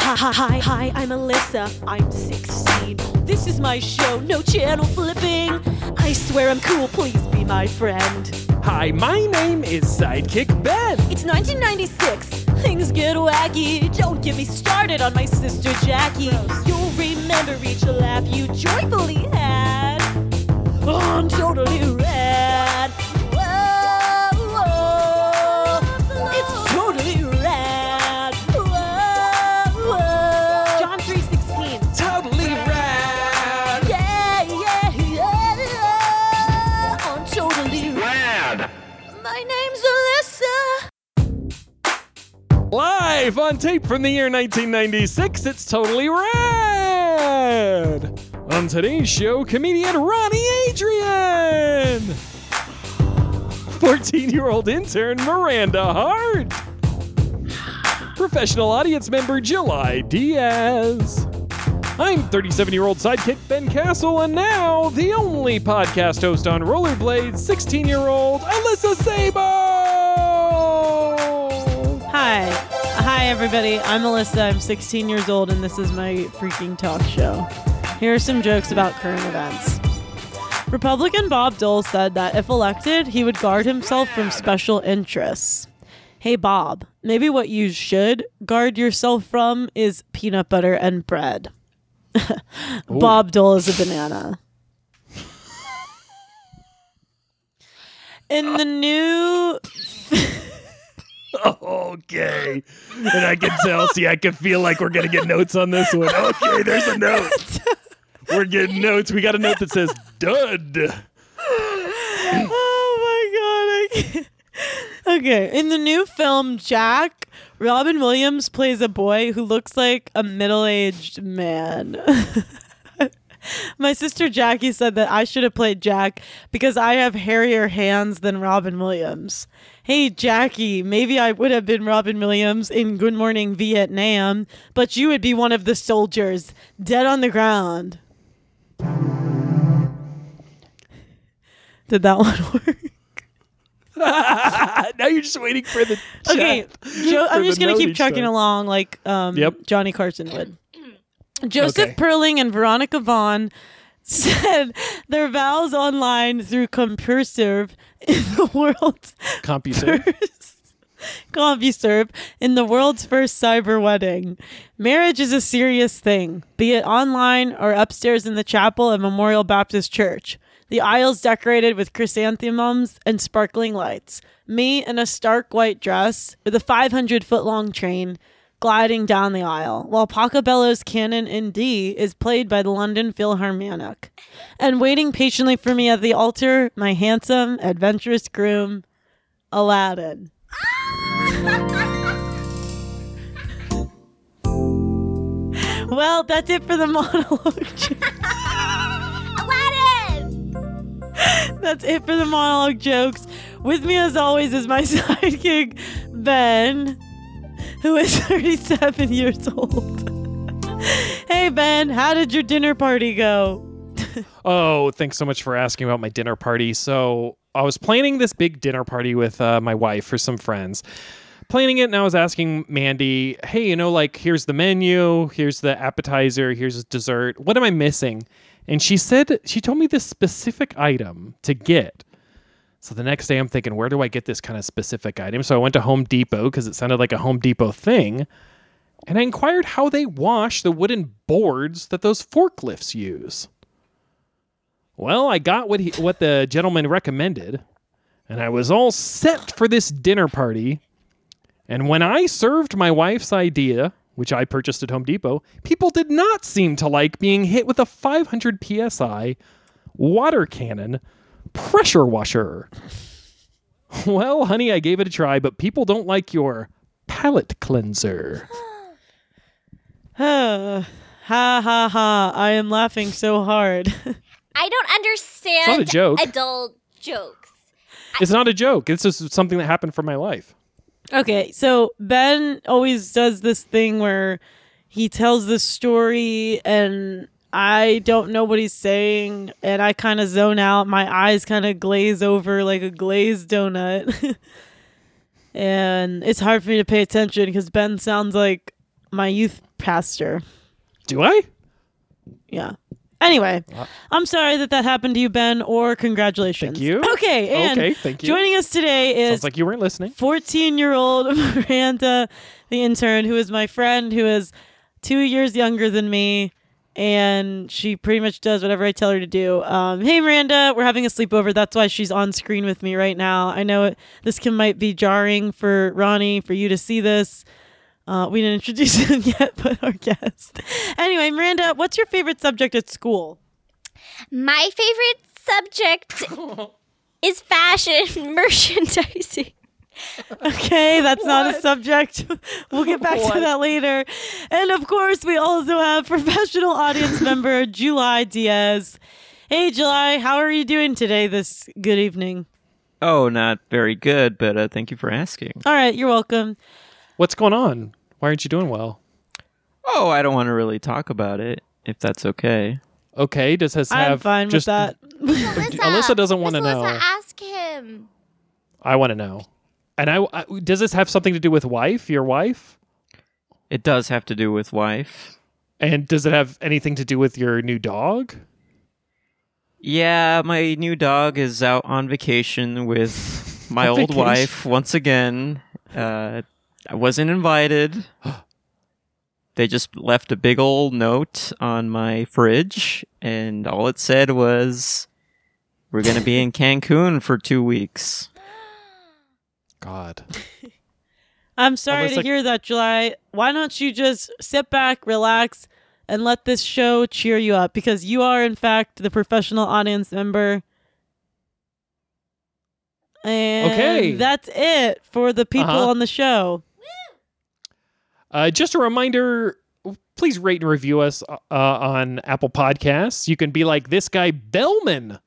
Hi, hi, hi, I'm Alyssa. I'm 16. This is my show, no channel flipping. I swear I'm cool, please be my friend. Hi, my name is Sidekick Ben. It's 1996. Things get wacky. Don't get me started on my sister Jackie. You'll remember each laugh you joyfully had. On totally rad. Whoa, whoa. It's totally rad. Whoa, whoa. John 316. Totally rad. Yeah, yeah, yeah. On totally rad. My name's Alyssa. Live on tape from the year 1996, it's totally rad. On today's show, comedian Ronnie Adrian, 14 year old intern Miranda Hart, professional audience member July Diaz. I'm 37 year old sidekick Ben Castle, and now the only podcast host on rollerblades, 16 year old Alyssa Sabo. Hi. Hi, everybody. I'm Alyssa. I'm 16 years old, and this is my freaking talk show. Here are some jokes about current events. Republican Bob Dole said that if elected, he would guard himself from special interests. Hey, Bob, maybe what you should guard yourself from is peanut butter and bread. Bob Dole is a banana. In the new Okay. And I can tell, see, I can feel like we're going to get notes on this one. Okay, there's a note. We're getting notes. We got a note that says dud. oh my god! I can't. Okay, in the new film Jack, Robin Williams plays a boy who looks like a middle-aged man. my sister Jackie said that I should have played Jack because I have hairier hands than Robin Williams. Hey Jackie, maybe I would have been Robin Williams in Good Morning Vietnam, but you would be one of the soldiers dead on the ground. Did that one work? now you're just waiting for the. Chat Okay, Joe, for I'm the just gonna note keep each trucking time. along like um, Yep. Johnny Carson would. Joseph Okay. Perling and Veronica Vaughn said their vows online through CompuServe in the world's CompuServe. CompuServe in the world's first cyber wedding. Marriage is a serious thing, be it online or upstairs in the chapel at Memorial Baptist Church. The aisles decorated with chrysanthemums and sparkling lights. Me in a stark white dress with a 500 foot long train gliding down the aisle, while Pachelbello's canon in D is played by the London Philharmonic. And waiting patiently for me at the altar, my handsome, adventurous groom, Aladdin. Well, that's it for the monologue. jo- Aladdin! that's it for the monologue jokes. With me, as always, is my sidekick, Ben, who is 37 years old. hey, Ben, how did your dinner party go? Oh, thanks so much for asking about my dinner party. So I was planning this big dinner party with uh, my wife for some friends. Planning it, and I was asking Mandy, hey, you know, like, here's the menu, here's the appetizer, here's dessert. What am I missing? And she said, she told me this specific item to get. So the next day, I'm thinking, where do I get this kind of specific item? So I went to Home Depot because it sounded like a Home Depot thing. And I inquired how they wash the wooden boards that those forklifts use. Well, I got what he, what the gentleman recommended, and I was all set for this dinner party. And when I served my wife's idea, which I purchased at Home Depot, people did not seem to like being hit with a 500 psi water cannon pressure washer. Well, honey, I gave it a try, but people don't like your palate cleanser. ha ha ha. I am laughing so hard. I don't understand It's not a joke. adult jokes. It's not a joke. It's just something that happened from my life. Okay, so Ben always does this thing where he tells this story and I don't know what he's saying and I kind of zone out. My eyes kind of glaze over like a glazed donut. and it's hard for me to pay attention because Ben sounds like my youth pastor. Do I? Yeah. Anyway, I'm sorry that that happened to you, Ben, or congratulations. Thank you. Okay, and Okay, thank you. joining us today is Sounds like you weren't listening. 14 year old Miranda, the intern, who is my friend, who is two years younger than me. And she pretty much does whatever I tell her to do. Um, hey, Miranda, we're having a sleepover. That's why she's on screen with me right now. I know it, this can might be jarring for Ronnie for you to see this. Uh, we didn't introduce him yet, but our guest. Anyway, Miranda, what's your favorite subject at school? My favorite subject is fashion merchandising. Okay, that's not a subject. We'll get back to that later. And of course, we also have professional audience member July Diaz. Hey, July, how are you doing today this good evening? Oh, not very good, but uh, thank you for asking. All right, you're welcome. What's going on? Why aren't you doing well? Oh, I don't want to really talk about it, if that's okay. Okay, does this I'm have fine just with that. Alyssa, Alyssa doesn't wanna Miss Alyssa, know. ask him. I want to know. And I, I does this have something to do with wife, your wife? It does have to do with wife. And does it have anything to do with your new dog? Yeah, my new dog is out on vacation with my On old vacation. wife once again. Uh, I wasn't invited. They just left a big old note on my fridge, and all it said was, "We're gonna be in Cancun for two weeks." God. I'm sorry Unless to I- hear that, July. Why don't you just sit back, relax, and let this show cheer you up? Because you are, in fact, the professional audience member. And Okay. that's it for the people Uh-huh. on the show. Uh, just a reminder please rate and review us uh, on Apple Podcasts. You can be like this guy, Bellman,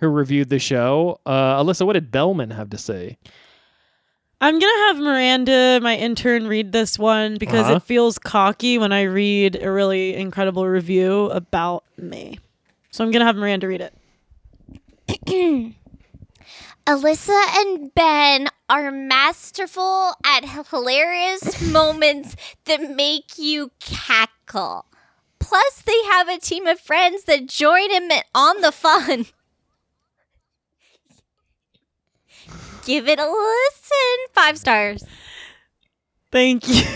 who reviewed the show. Uh, Alyssa, what did Bellman have to say? I'm going to have Miranda, my intern, read this one because Uh-huh. it feels cocky when I read a really incredible review about me. So I'm going to have Miranda read it. Alyssa and Ben are masterful at hilarious moments that make you cackle. Plus, they have a team of friends that join him on the fun. Give it a listen. Five stars. Thank you.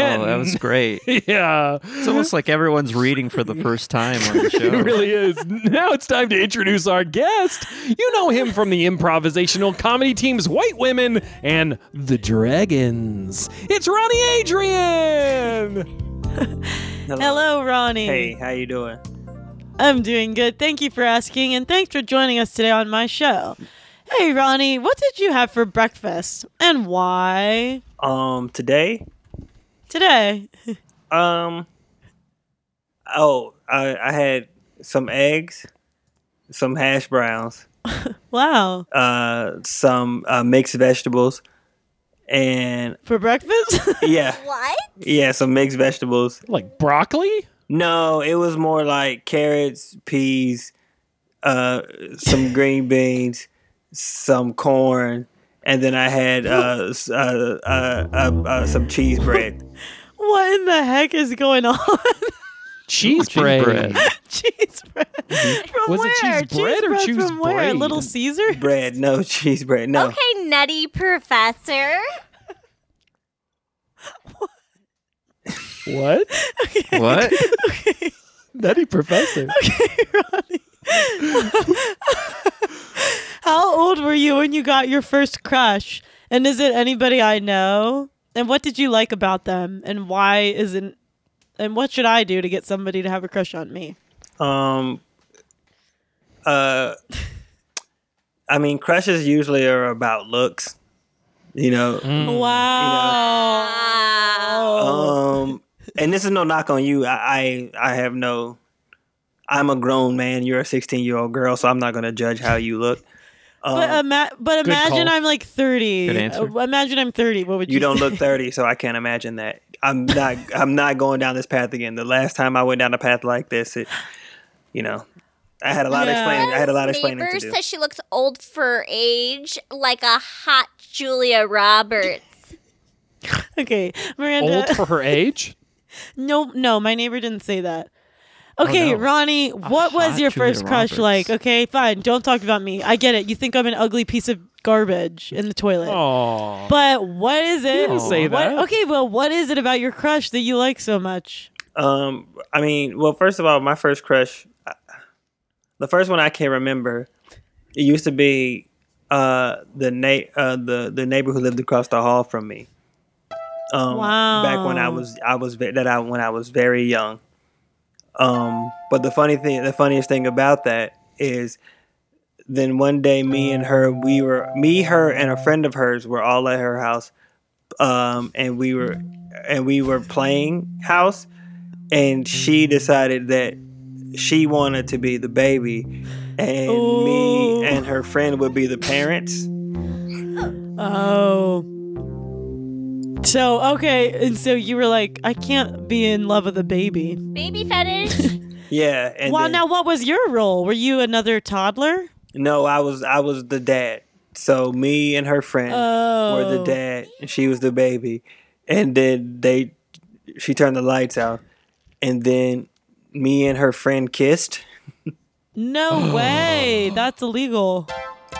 Oh, that was great. yeah. It's almost like everyone's reading for the first time on the show. It really is. Now it's time to introduce our guest. You know him from the improvisational comedy teams White Women and The Dragons. It's Ronnie Adrian. Hello, Ronnie. Hey, how you doing? I'm doing good. Thank you for asking, and thanks for joining us today on my show. Hey, Ronnie, what did you have for breakfast and why? Um, today, Today. um, oh, I, I had some eggs, some hash browns, Wow. uh, some uh, mixed vegetables, and For breakfast? yeah, What? yeah, some mixed vegetables. Like broccoli? No, it was more like carrots, peas, uh, some green beans, some corn, and then I had uh, s- uh, uh, uh, uh, some cheese bread. what in the heck is going on? Cheese, Cheese bread. bread. cheese bread. From Mm-hmm. Was where? it cheese bread or cheese from where? braid? Little Caesar? Bread, no cheese bread, no. Okay, nutty professor. What? What? Nutty professor. How old were you when you got your first crush? And is it anybody I know? And what did you like about them? And why isn't and what should I do to get somebody to have a crush on me? Um, uh, I mean, crushes usually are about looks, you know. Wow. Oh. Wow. Um, and this is no knock on you. I, I, I have no. I'm a grown man. You're a 16 year old girl, so I'm not gonna judge how you look. Um, But, um, ima- but Good imagine call. I'm like 30. Good answer. Uh, Imagine I'm 30. What would you You don't say? look 30, so I can't imagine that. I'm not. I'm not going down this path again. The last time I went down a path like this, it, you know, I had a lot of Yeah. explaining. I had a lot of explaining Neighbor to do. says she looks old for her age, like a hot Julia Roberts. Okay, Miranda. Old for her age? No, no, my neighbor didn't say that. Okay, Ronnie, what was hot your Julia first crush Roberts. like? Okay, fine. Don't talk about me. I get it. You think I'm an ugly piece of garbage in the toilet. Oh. But what is it? didn't say What- that. okay, well, what is it about your crush that you like so much? Um, I mean, well, first of all, my first crush, I- the first one I can remember, it used to be uh, the na- uh, the the neighbor who lived across the hall from me. Um, Back when I Wow. was I was ve- that I when I was very young. Um, but the funny thing, the funniest thing about that is, then one day me and her, we were me, her, and a friend of hers were all at her house, um, and we were and we were playing house, and she decided that she wanted to be the baby, and Ooh. me and her friend would be the parents. Oh. So, okay, and so you were like, I can't be in love with a baby. Baby fetish. Yeah. And well, then- now what was your role? Were you another toddler? No, I was I was the dad. So me and her friend were Oh. the dad, and she was the baby. And then they, she turned the lights out, and then me and her friend kissed. No way. That's illegal.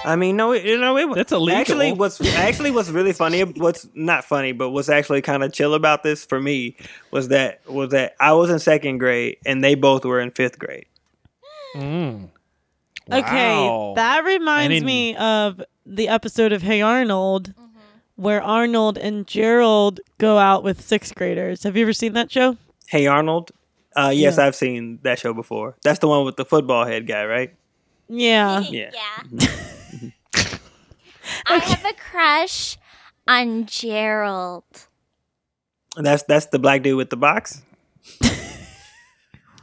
I mean, no, it, you know, it was That's illegal. Actually, what's actually what's really funny, what's not funny, but what's actually kind of chill about this for me was that was that I was in second grade and they both were in fifth grade. Mm. Okay, Wow. that I reminds didn't- me of the episode of Hey Arnold, where Arnold and Gerald go out with sixth graders. Have you ever seen that show? Hey Arnold, uh, yes, Yeah. I've seen that show before. That's the one with the football head guy, right? Yeah. Yeah. I have a crush on Gerald. That's that's the black dude with the box.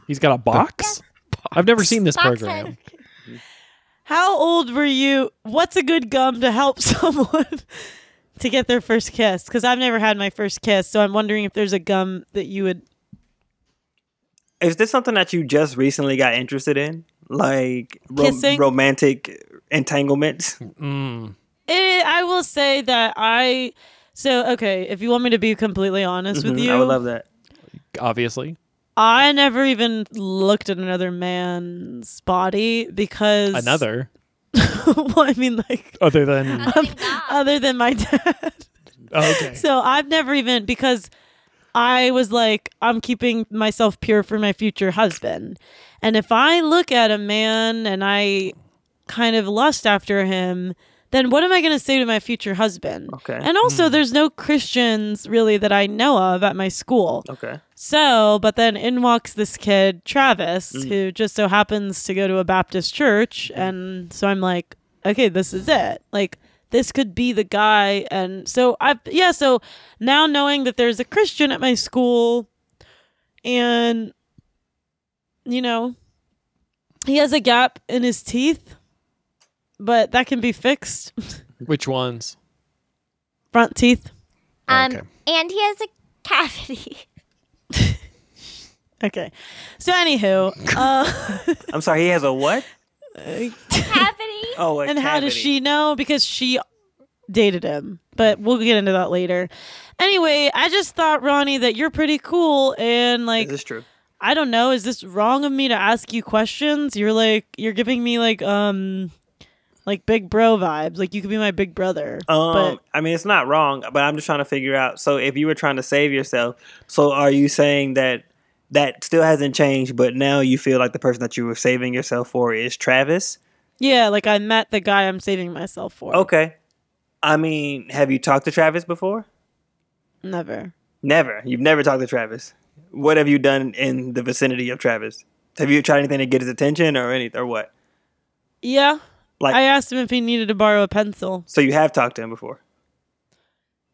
He's got a box? I've never seen this Box program. head. How old were you? What's a good gum to help someone to get their first kiss? Because I've never had my first kiss, so I'm wondering if there's a gum that you would. Is this something that you just recently got interested in, like ro- Kissing? romantic entanglements? Mm. Eh, I will say that I. So okay, if you want me to be completely honest with Mhm, you, I would love that. Obviously. I never even looked at another man's body because Another. well, I mean, like Other than. oh, Oh my God. other than my dad. Okay. So I've never even because I was like, I'm keeping myself pure for my future husband, and if I look at a man and I kind of lust after him. Then what am I going to say to my future husband? Okay. And also, there's no Christians really that I know of at my school. Okay. So, but then in walks this kid, Travis, who just so happens to go to a Baptist church. And so I'm like, okay, this is it. Like, this could be the guy. And so I, yeah, so now knowing that there's a Christian at my school and, you know, he has a gap in his teeth, but that can be fixed. Which ones? Front teeth. Um, Okay. and he has a cavity. Okay. So, anywho, uh, I'm sorry. He has a what? Cavity. Oh, a and how does cavity. she know because she dated him but we'll get into that later anyway i just thought ronnie that you're pretty cool and like This is true. i don't know is this wrong of me to ask you questions you're like you're giving me like um like big bro vibes like you could be my big brother Um, but I mean, it's not wrong, but I'm just trying to figure out. So, if you were trying to save yourself, so are you saying that that still hasn't changed, but now you feel like the person that you were saving yourself for is Travis? yeah like i met the guy i'm saving myself for Okay. I mean, have you talked to Travis before? never Never. You've never talked to Travis. What have you done in the vicinity of Travis? Have you tried anything to get his attention or anything or what? yeah Like- i asked him if he needed to borrow a pencil So you have talked to him before.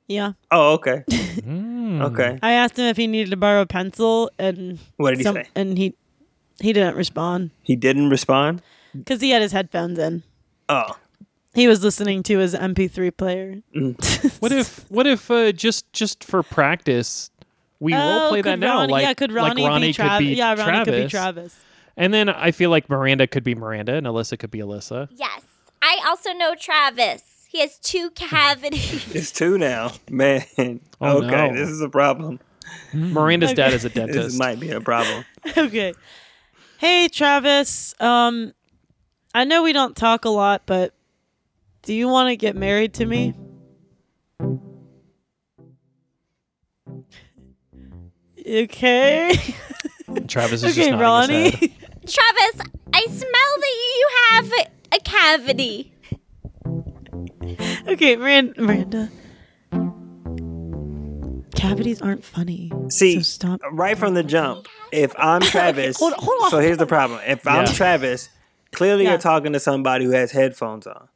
yeah Oh, okay. Mm. Okay. i asked him if he needed to borrow a pencil and What did he some- say? and he he didn't respond He didn't respond? because he had his headphones in. Oh. He was listening to his MP3 player. Mm. What if what if uh, just just for practice we role play Oh, could that now? Ronnie- Like, yeah, could like Ronnie, be Ronnie could Travis? be Yeah, Ronnie Travis, could be Travis. and then I feel like Miranda could be Miranda, and Alyssa could be Alyssa. Yes. I also know Travis. He has two cavities. It's two now, man. Oh, okay, no. this is a problem. Mm. Miranda's dad is a This dentist. might be a problem. okay. Hey, Travis. Um, I know we don't talk a lot, but do you want to get married to me? Okay. Travis is just okay, nodding his head. Ronnie. Travis, I smell that you have a cavity. okay, Miranda. Miranda. Cavities aren't funny. See, so stop. right from the jump, if I'm Travis, hold- hold on. so here's the problem. If I'm Yeah. Travis, clearly Yeah. you're talking to somebody who has headphones on.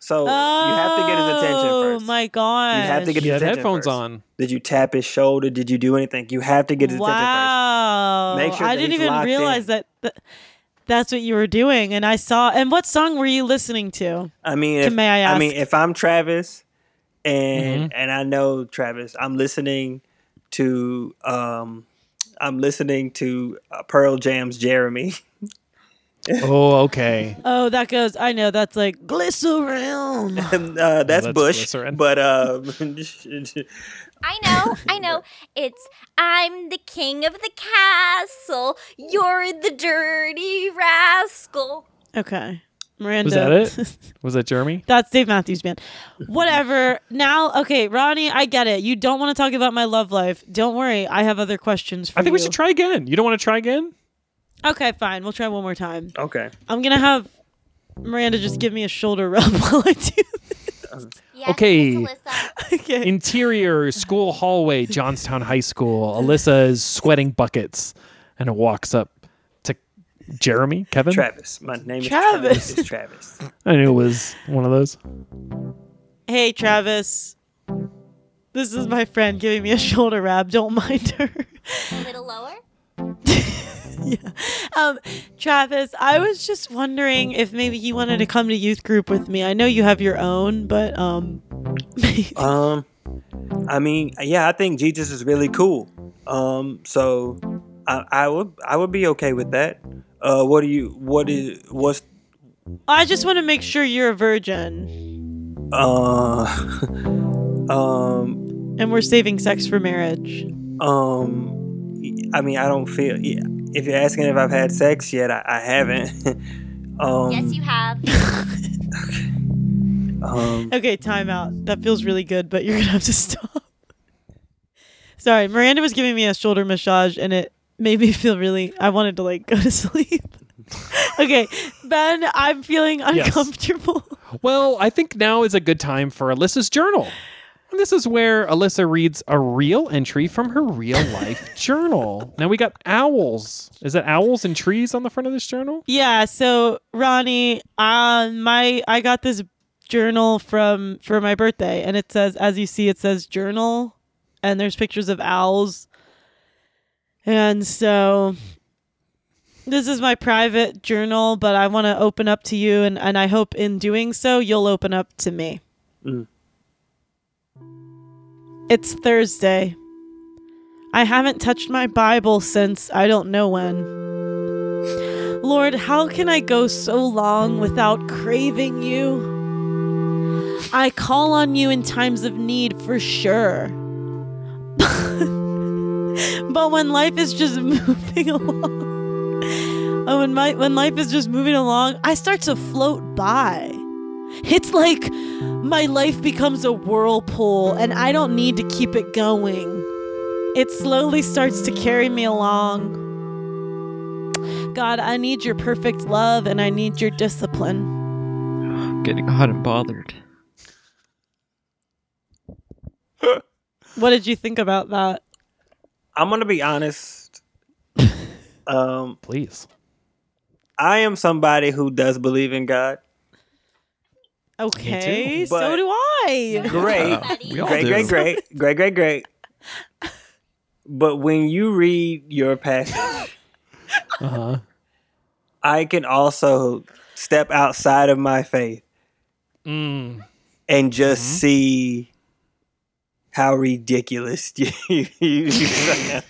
So oh, you have to get his attention Oh first. my god. You have to get He his had attention headphones first. on. Did you tap his shoulder? Did you do anything? You have to get his attention Wow. Make sure I that didn't he's even locked realize in. that th- that's what you were doing. And I saw. And what song were you listening to? first. I mean, To if, may I mean, ask? if I'm Travis, and and I know Travis, I'm listening to um, I'm listening to uh, Pearl Jam's Jeremy. Oh, okay. Oh, that goes. I know. That's like glycerin. And, uh, that's that's, Bush, glycerin. but um, I know, I know. It's I'm the king of the castle. You're the dirty rascal. Okay, Miranda. that Was that Jeremy? That's Dave Matthews Band. Whatever. now, okay, Ronnie, I get it. You don't want to talk about my love life. Don't worry. I have other questions for I think we you. should try again. You don't want to try again? Okay, fine. We'll try one more time. okay, I'm gonna have Miranda just give me a shoulder rub while I do. Yes, Okay. Miss Alyssa. Okay. Interior school hallway, Johnstown High School. Alyssa is sweating buckets and walks up to Jeremy, Kevin. Travis. My name is Travis. Travis. It's Travis. I knew it was one of those. hey, Travis. This is my friend giving me a shoulder rub. Don't mind her. A little lower. Um, Travis, I was just wondering if maybe you wanted to come to youth group with me. I know you have your own, but um, Um, I mean, yeah, I think Jesus is really cool. Um, so I, I would I would be okay with that. Uh, what do you? What is? What's? I just want to make sure you're a virgin Uh, um, and we're saving sex for marriage. um. I mean, I don't feel. yeah, If you're asking if I've had sex yet, I, I haven't. um, Yes, you have. um, Okay, time out. That feels really good, but you're gonna have to stop. Sorry, Miranda was giving me a shoulder massage and it made me feel really I wanted to like go to sleep. okay, Ben, I'm feeling uncomfortable. Well, I think now is a good time for Alyssa's journal. And this is where Alyssa reads a real entry from her real life journal. Now we got owls. Is that owls and trees on the front of this journal? Yeah, so Ronnie, um my I got this journal from for my birthday and it says as you see it says journal and there's pictures of owls. And so this is my private journal, but I want to open up to you and and I hope in doing so you'll open up to me. Mm. It's Thursday. I haven't touched my Bible since I don't know when. Lord, how can I go so long without craving you? I call on you in times of need for sure. but when life is just moving along, oh, when, my, when life is just moving along, I start to float by. It's like my life becomes a whirlpool and I don't need to keep it going. It slowly starts to carry me along. God, I need your perfect love and I need your discipline. I'm getting hot and bothered. What did you think about that? I'm gonna be honest. um, Please. I am somebody who does believe in God. Okay, so But- do I. Great. Uh, we all great, do. great, great, great, great, great. But when you read your passage, Uh huh. I can also step outside of my faith Mm. and just see how ridiculous you, you sound.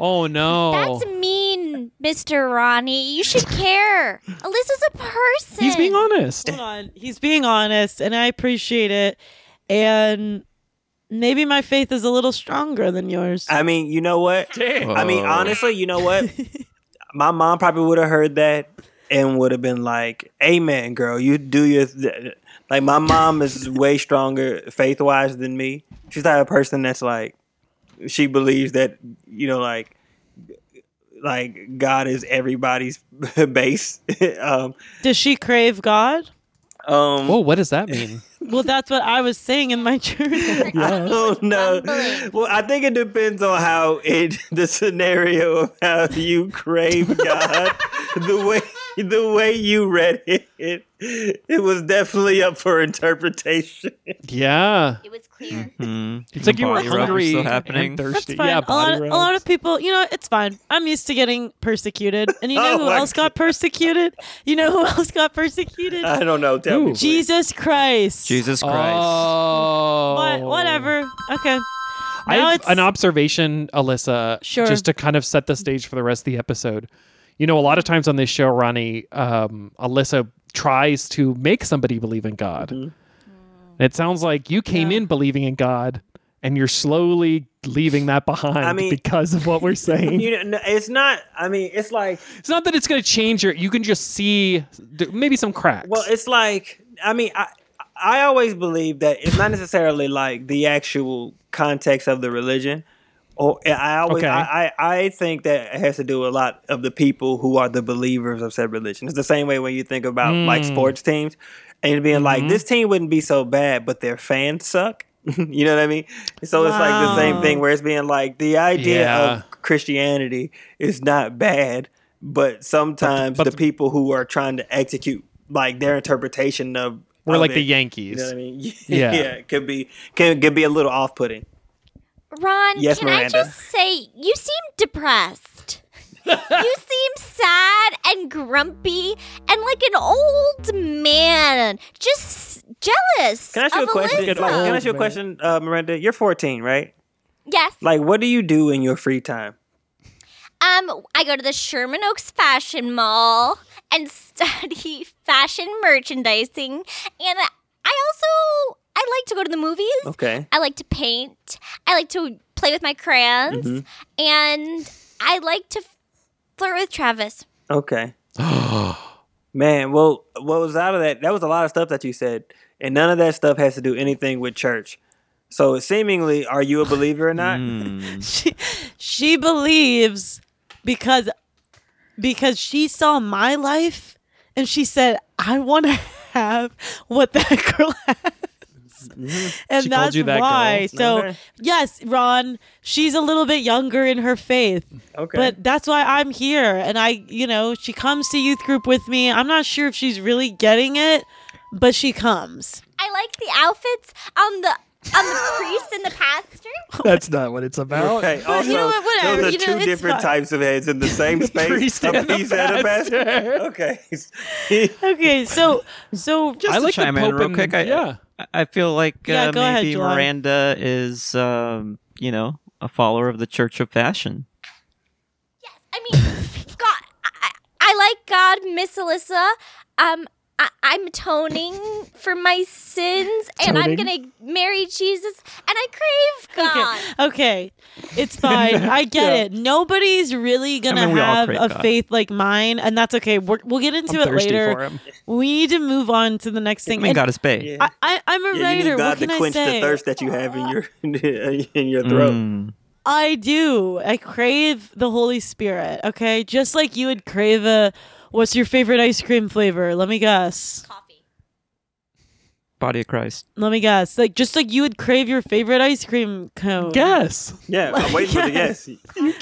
Oh no. That's mean, Mr. Ronnie. You should care. Alyssa's a person. He's being honest. Hold on. He's being honest, and I appreciate it. And maybe my faith is a little stronger than yours. I mean, you know what? Damn. I mean, Whoa. honestly, you know what? My mom probably would have heard that and would have been like, "Amen, girl. You do your th-. like." My mom is way stronger faith wise than me. She's the type of person that's like, she believes that you know, like, like God is everybody's base. um, Does she crave God? um, Whoa, what does that mean? Well, that's what I was saying in my journal. I don't know. Bumbling. Oh, Well, I think it depends on how it the scenario of how you crave God. the way the way you read it, it, it was definitely up for interpretation. yeah. It was clear. Hmm. It's like you were Body rub was hungry still and happening. thirsty. That's fine. Yeah, a, lot body of, a rubs. lot of people, you know, it's fine. I'm used to getting persecuted. And you know Oh who my else got persecuted? You know who else got persecuted? I don't know. Tell Ooh. me. please. Jesus Christ. Jesus Christ. Oh. But whatever. Okay. I Now have it's- an observation, Alyssa, Sure. just to kind of set the stage for the rest of the episode. You know, a lot of times on this show, Ronnie, um, Alyssa tries to make somebody believe in God. Mm-hmm. And It sounds like you came in believing in God and you're slowly leaving that behind I mean- because of what we're saying. You know, no, it's not. I mean, it's like it's not that it's going to change your, you can just see th- maybe some cracks. Well, it's like I mean, I I always believe that it's not necessarily like the actual context of the religion. Or I always Okay. I, I, I think that it has to do with a lot of the people who are the believers of said religion. It's the same way when you think about like Mm. sports teams and being like, Mm-hmm. this team wouldn't be so bad, but their fans suck. you know what I mean? So it's like the same Wow. thing where it's being like the idea Yeah. of Christianity is not bad, but sometimes but the people who are trying to execute like their interpretation of we're of Oh, like the it, Yankees. You know what I mean? Yeah. it could be can could be a little off putting. Ron, Yes, can Miranda. I just say you seem depressed. you seem sad and grumpy and like an old man. Just jealous. Can I ask you a of question? Alyssa. Like, can I ask you a question, uh, Miranda? You're 14, right? Yes. Like, what do you do in your free time? Um, I go to the Sherman Oaks Fashion Mall and study fashion merchandising, and I also I like to go to the movies. Okay. I like to paint. I like to play with my crayons, Mm-hmm. and I like to flirt with Travis. Okay. Man, well, what was out of that? That was a lot of stuff that you said, and none of that stuff has to do anything with church. So, seemingly, are you a believer or not? Mm. Hmm. she, she believes because because she saw my life and she said i want to have what that girl has and She called that's you that girl. why so Okay. yes ron she's a little bit younger in her faith Okay. but that's why i'm here and i you know she comes to youth group with me i'm not sure if she's really getting it but she comes I like the outfits on the on the priest and the pastor. That's not what it's about. Okay. Also, you know what, whatever, those are you know, two it's different fine. types of heads in the same space. Priest a and a priest and a pastor. pastor. Okay. okay so so Just I to like the chime in Pope real and- quick. I, yeah. I- I feel like Yeah, uh, go ahead, maybe July. Miranda is, um, you know, a follower of the Church of Fashion. I mean, God, I, I like God, Miss Alyssa. Um, I, I'm atoning for my sins, and I'm Toning. gonna marry Jesus, and I crave God. okay. okay. It's fine. I get it. Nobody's really going to mean, we all have crave a God. faith like mine, and that's okay. We're, we'll get into I'm it thirsty for later. him. We need to move on to the next I thing. mean, And God is paid. I, I, I'm a Yeah, you writer. need God What to can I quench say? the thirst that you have in your in your throat. Mm. I do. I crave the Holy Spirit, okay? Just like you would crave a. What's your favorite ice cream flavor? Let me guess. Coffee. Body of Christ. Let me guess. Like just like you would crave your favorite ice cream cone. Yes. Yeah, I'm waiting for the yes.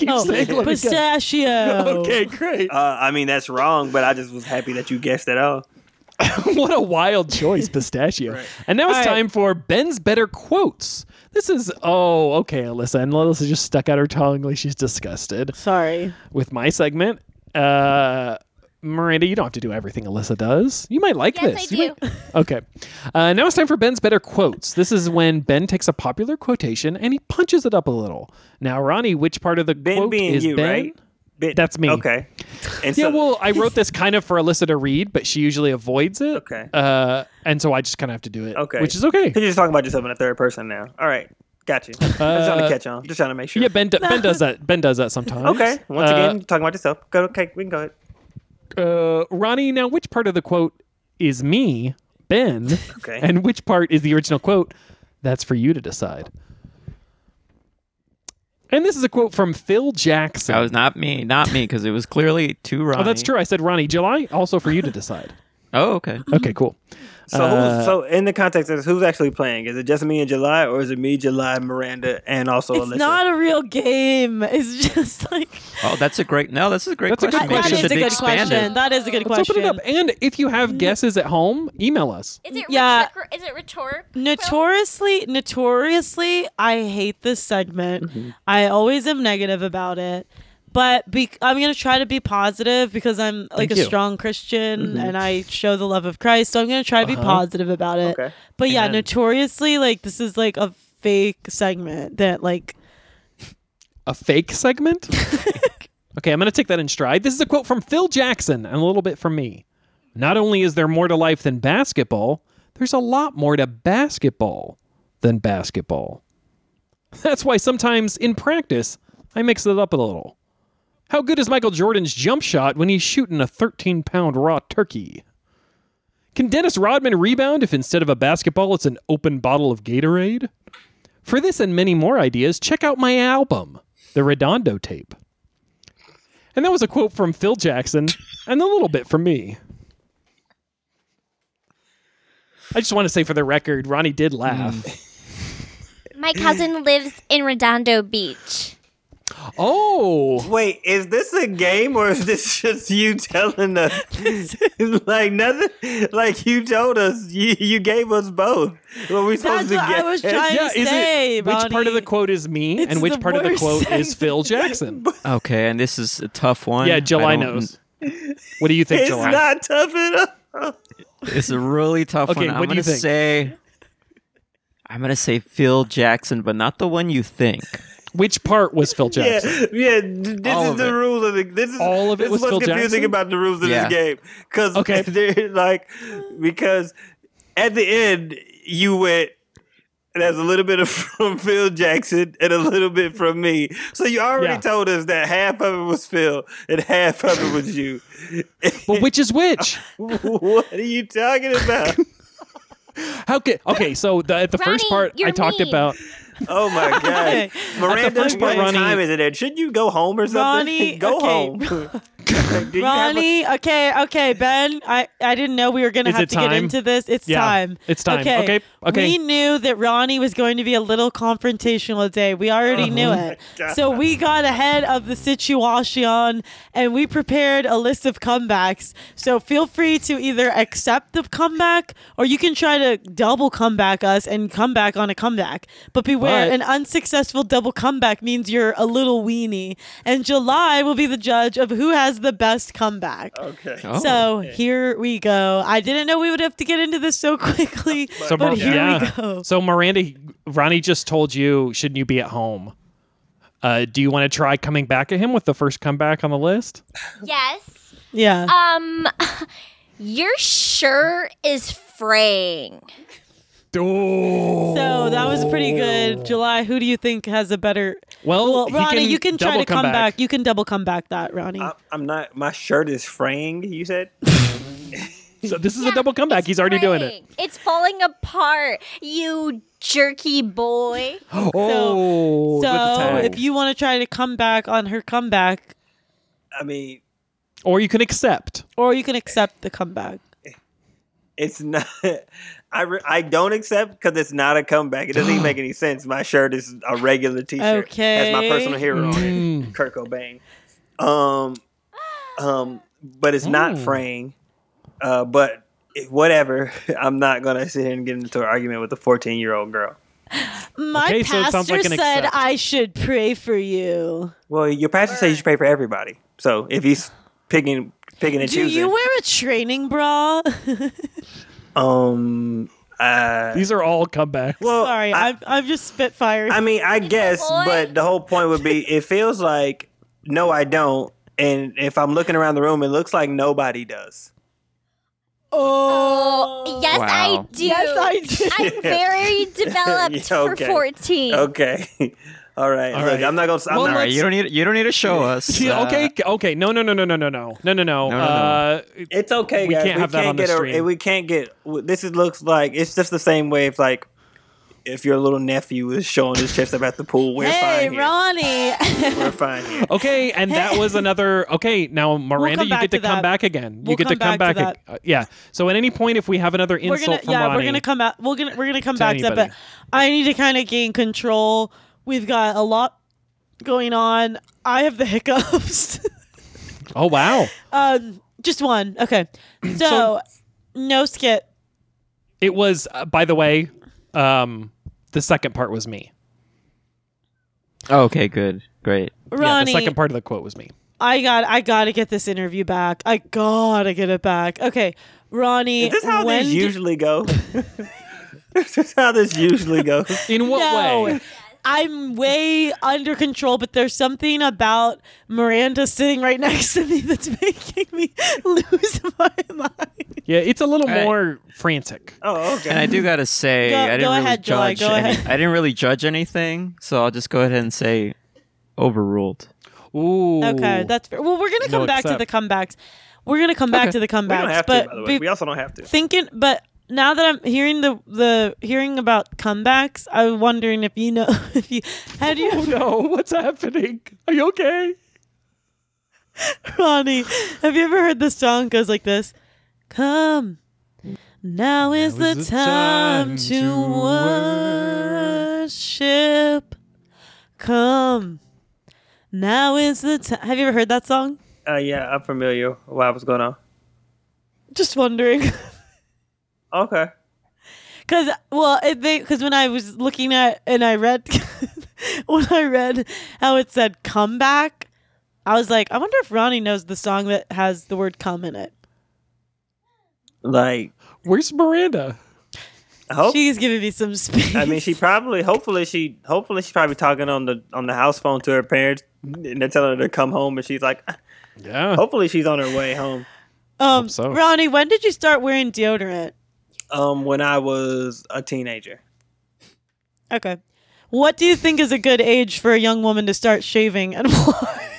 Oh, pistachio. Okay, great. Uh, I mean, that's wrong, but I just was happy that you guessed at all. what a wild choice, pistachio. And now it's All right. time for Ben's better quotes. This is oh, okay, Alyssa. And Alyssa just stuck out her tongue like she's disgusted Sorry. with my segment. Uh Miranda, you don't have to do everything Alyssa does. You might like Yes, this. I You might- Okay. Uh, now it's time for Ben's better quotes. This is when Ben takes a popular quotation and he punches it up a little. Now, Ronnie, which part of the Ben quote being is you, Ben? right? Ben- That's me. Okay. And Yeah, so, well, I wrote this kind of for Alyssa to read, but she usually avoids it. Okay. Uh, and so I just kind of have to do it. Okay. Which is okay. you're just talking about yourself in the third person now. All right. Got you. I'm just trying Uh, to catch on. Just trying to make sure. Yeah, Ben. Do- ben does that. Ben does that sometimes. Okay. Once Uh, again, talking about yourself. Go. Okay, we can go ahead. uh, Ronnie. Now, which part of the quote is me, Ben, Okay. and which part is the original quote? That's for you to decide. And this is a quote from Phil Jackson. That was not me, not me, because it was clearly two Ronnie. oh, that's true. I said Ronnie. July. Also for you to decide. Oh, okay. Okay. Cool. So, Uh, who's, so in the context of this, who's actually playing? Is it just me and July, or is it me, July, Miranda, and also It's Alyssa? not a real game. It's just like Oh, that's a great. No, this is a great That's a good question. Maybe that it question. is should a be good expanded. question. That is a good Let's open question. it up. And if you Mm-hmm. have guesses at home, email us. Is it Yeah. rhetoric? Is it rhetoric? Notoriously, notoriously, I hate this segment. Mm-hmm. I always am negative about it, but be- I'm gonna try to be positive because I'm like Thank a you. strong Christian Mm-hmm. and I show the love of Christ. So I'm gonna try to Uh-huh. be positive about it. Okay. But yeah, Amen. notoriously, like this is like a fake segment that like a fake segment? okay, I'm going to take that in stride. This is a quote from Phil Jackson and a little bit from me. Not only is there more to life than basketball, there's a lot more to basketball than basketball. That's why sometimes in practice, I mix it up a little. How good is Michael Jordan's jump shot when he's shooting a 13 pound raw turkey? Can Dennis Rodman rebound if instead of a basketball, it's an open bottle of Gatorade? For this and many more ideas, check out my album, The Redondo Tape. And that was a quote from Phil Jackson and a little bit from me. I just want to say for the record, Ronnie did laugh. Mm. My cousin lives in Redondo Beach. Oh, Wait, is this a game or is this just you telling us like nothing? Like you told us, you, you gave us both. What we supposed that's what to get? I was trying yeah. to Is say. it which part of the Ronnie. quote is me It's and which the part of the worst quote is segment. Phil Jackson? Okay, and this is a tough one. yeah, July I don't- knows. What do you think, it's July? not tough enough. It's a really tough Okay, one. I'm what do you gonna think? say. I'm gonna say Phil Jackson, but not the one you think. which part was Phil Yeah, Jackson? yeah. th- This All is of the it. rules of the. This is All of it This was is what's Phil confusing Jackson? about the rules of Yeah. this game because Okay. they're like because at the end you went. There's a little bit of from Phil Jackson and a little bit from me. So you already Yeah. told us that half of it was Phil and half of it was you. But which is which? what are you talking about? How could? Okay, so the, at the first Ronnie, part, I you're talked mean. about Oh my god, Miranda! first part, what Ronnie- time is it? At? Should you go home or something? Ronnie, go okay. home. Do you have a- Ronnie, okay, okay, Ben, I, I didn't know we were gonna Is have it to time? get into this. It's Yeah, time. it's time. Okay, okay. We knew that Ronnie was going to be a little confrontational today. We already Oh knew it, so we got ahead of the situation and we prepared a list of comebacks. So feel free to either accept the comeback or you can try to double comeback us and come back on a comeback. But beware, But- an unsuccessful double comeback means you're a little weenie, and July will be the judge of who has the best comeback. Okay. Oh. So here we go. I didn't know we would have to get into this so quickly, So, but Mar- here yeah. we go. So Miranda, Ronnie just told you, shouldn't you be at home? Uh, do you want to try coming back at him with the first comeback on the list? Yes. Yeah. Um, your sure is fraying. so that was pretty good. July, who do you think has a better? Well, Well, he Ronnie, can you can try double to come comeback. back. You can double come back that, Ronnie. I- I'm not. My shirt is fraying. You said. So this is Yeah, a double comeback. it's He's already doing it. fraying. It's falling apart, you jerky boy. Oh, with the so tag. if you want to try to come back on her comeback, I mean, or you can accept. or you can accept the comeback. it's not. I re- I don't accept because it's not a comeback. It doesn't even make any sense. My shirt is a regular T-shirt. Has my Okay. personal hero on it, Kurt Cobain. Um, um, but it's not fraying. Uh, but it- whatever. I'm not gonna sit here and get into an argument with a 14 year old girl. My Okay, so it sounds pastor like an said accept. I should pray for you. Well, your pastor says you should pray for everybody. So if he's picking picking and Do choosing. you wear a training bra? Oh, um, uh, These are all comebacks. well, Sorry, I, I, am I'm just spitfiring. I mean, I guess, boy. but the whole point would be it feels like no, I don't. And if I'm looking around the room, it looks like nobody does. Oh, yes, I Wow. do. Yes, I do. I'm very developed Yeah, for okay. 14. Okay. All right. All Look, right. I'm not going to. I'm Well, Oh. All not, right, you don't need you don't need to show us. See, uh, okay, okay, no, no, no, no, no, no, no, no, no, no. no, no. Uh, It's okay, We guys. can't have that on the get a- stream. we can't get. This is, looks like it's just the same way. If like, if your little nephew is showing his chest up at the pool, we're hey, fine here. Ronnie. We're fine here. Okay, and that was another. Okay, now Miranda, come you back get to, to come that. back again. We'll you get to come come back back. to ag- uh, yeah. So at any point, if we have another we're insult gonna from yeah, we're Ronnie- gonna come out. We're gonna we're gonna come To back to that. anybody. But I need to kind of gain control. We've got a lot going on. I have the hiccups. Oh wow! um, just one. Okay, so no skit. It was. Uh, by the way, um, the second part was me. uh, Okay. Good. Great. Ronnie, Yeah, the second part of the quote was me. I got I gotta get this interview back. I gotta get it back. Okay, Ronnie. Is this how when this do- usually go? is this how this usually goes? In what No. way? I'm way under control, but there's something about Miranda sitting right next to me that's making me lose my mind. Yeah, it's a little All right. more frantic. Oh, okay. And I do gotta say, Go- I didn't go really ahead, Joy, judge. go any- ahead. I didn't really judge anything, so I'll just go ahead and say, overruled. Ooh. Okay, that's fair. Well, we're gonna come No, back to except- the comebacks. We're gonna come back to the we don't comebacks, have but to. By the way, be- we also don't have to. thinking, but now that I'm hearing the the hearing about comebacks, I'm wondering if you know if you had you Oh no! What's happening? Are you okay? Ronnie, have you ever heard the song goes like this? Come, now is the, is the time time, to, to worship. Come, now is the time. Have you ever heard that song? Uh, yeah, I'm familiar. with Why was going on? Just wondering. Okay. Cause well, it, they because when I was looking at and I read when I read how it said comeback, I was like, I wonder if Ronnie knows the song that has the word "come" in it. Like, Where's Miranda? I hope. She's giving me some space. Oh. I mean, she probably. Hopefully, she. Hopefully, she's probably talking on the on the house phone to her parents, and they're telling her to come home. And she's like, Yeah. hopefully, she's on her way home. um, so. Ronnie, when did you start wearing deodorant? Um, when I was a teenager, Okay, what do you think is a good age for a young woman to start shaving and why?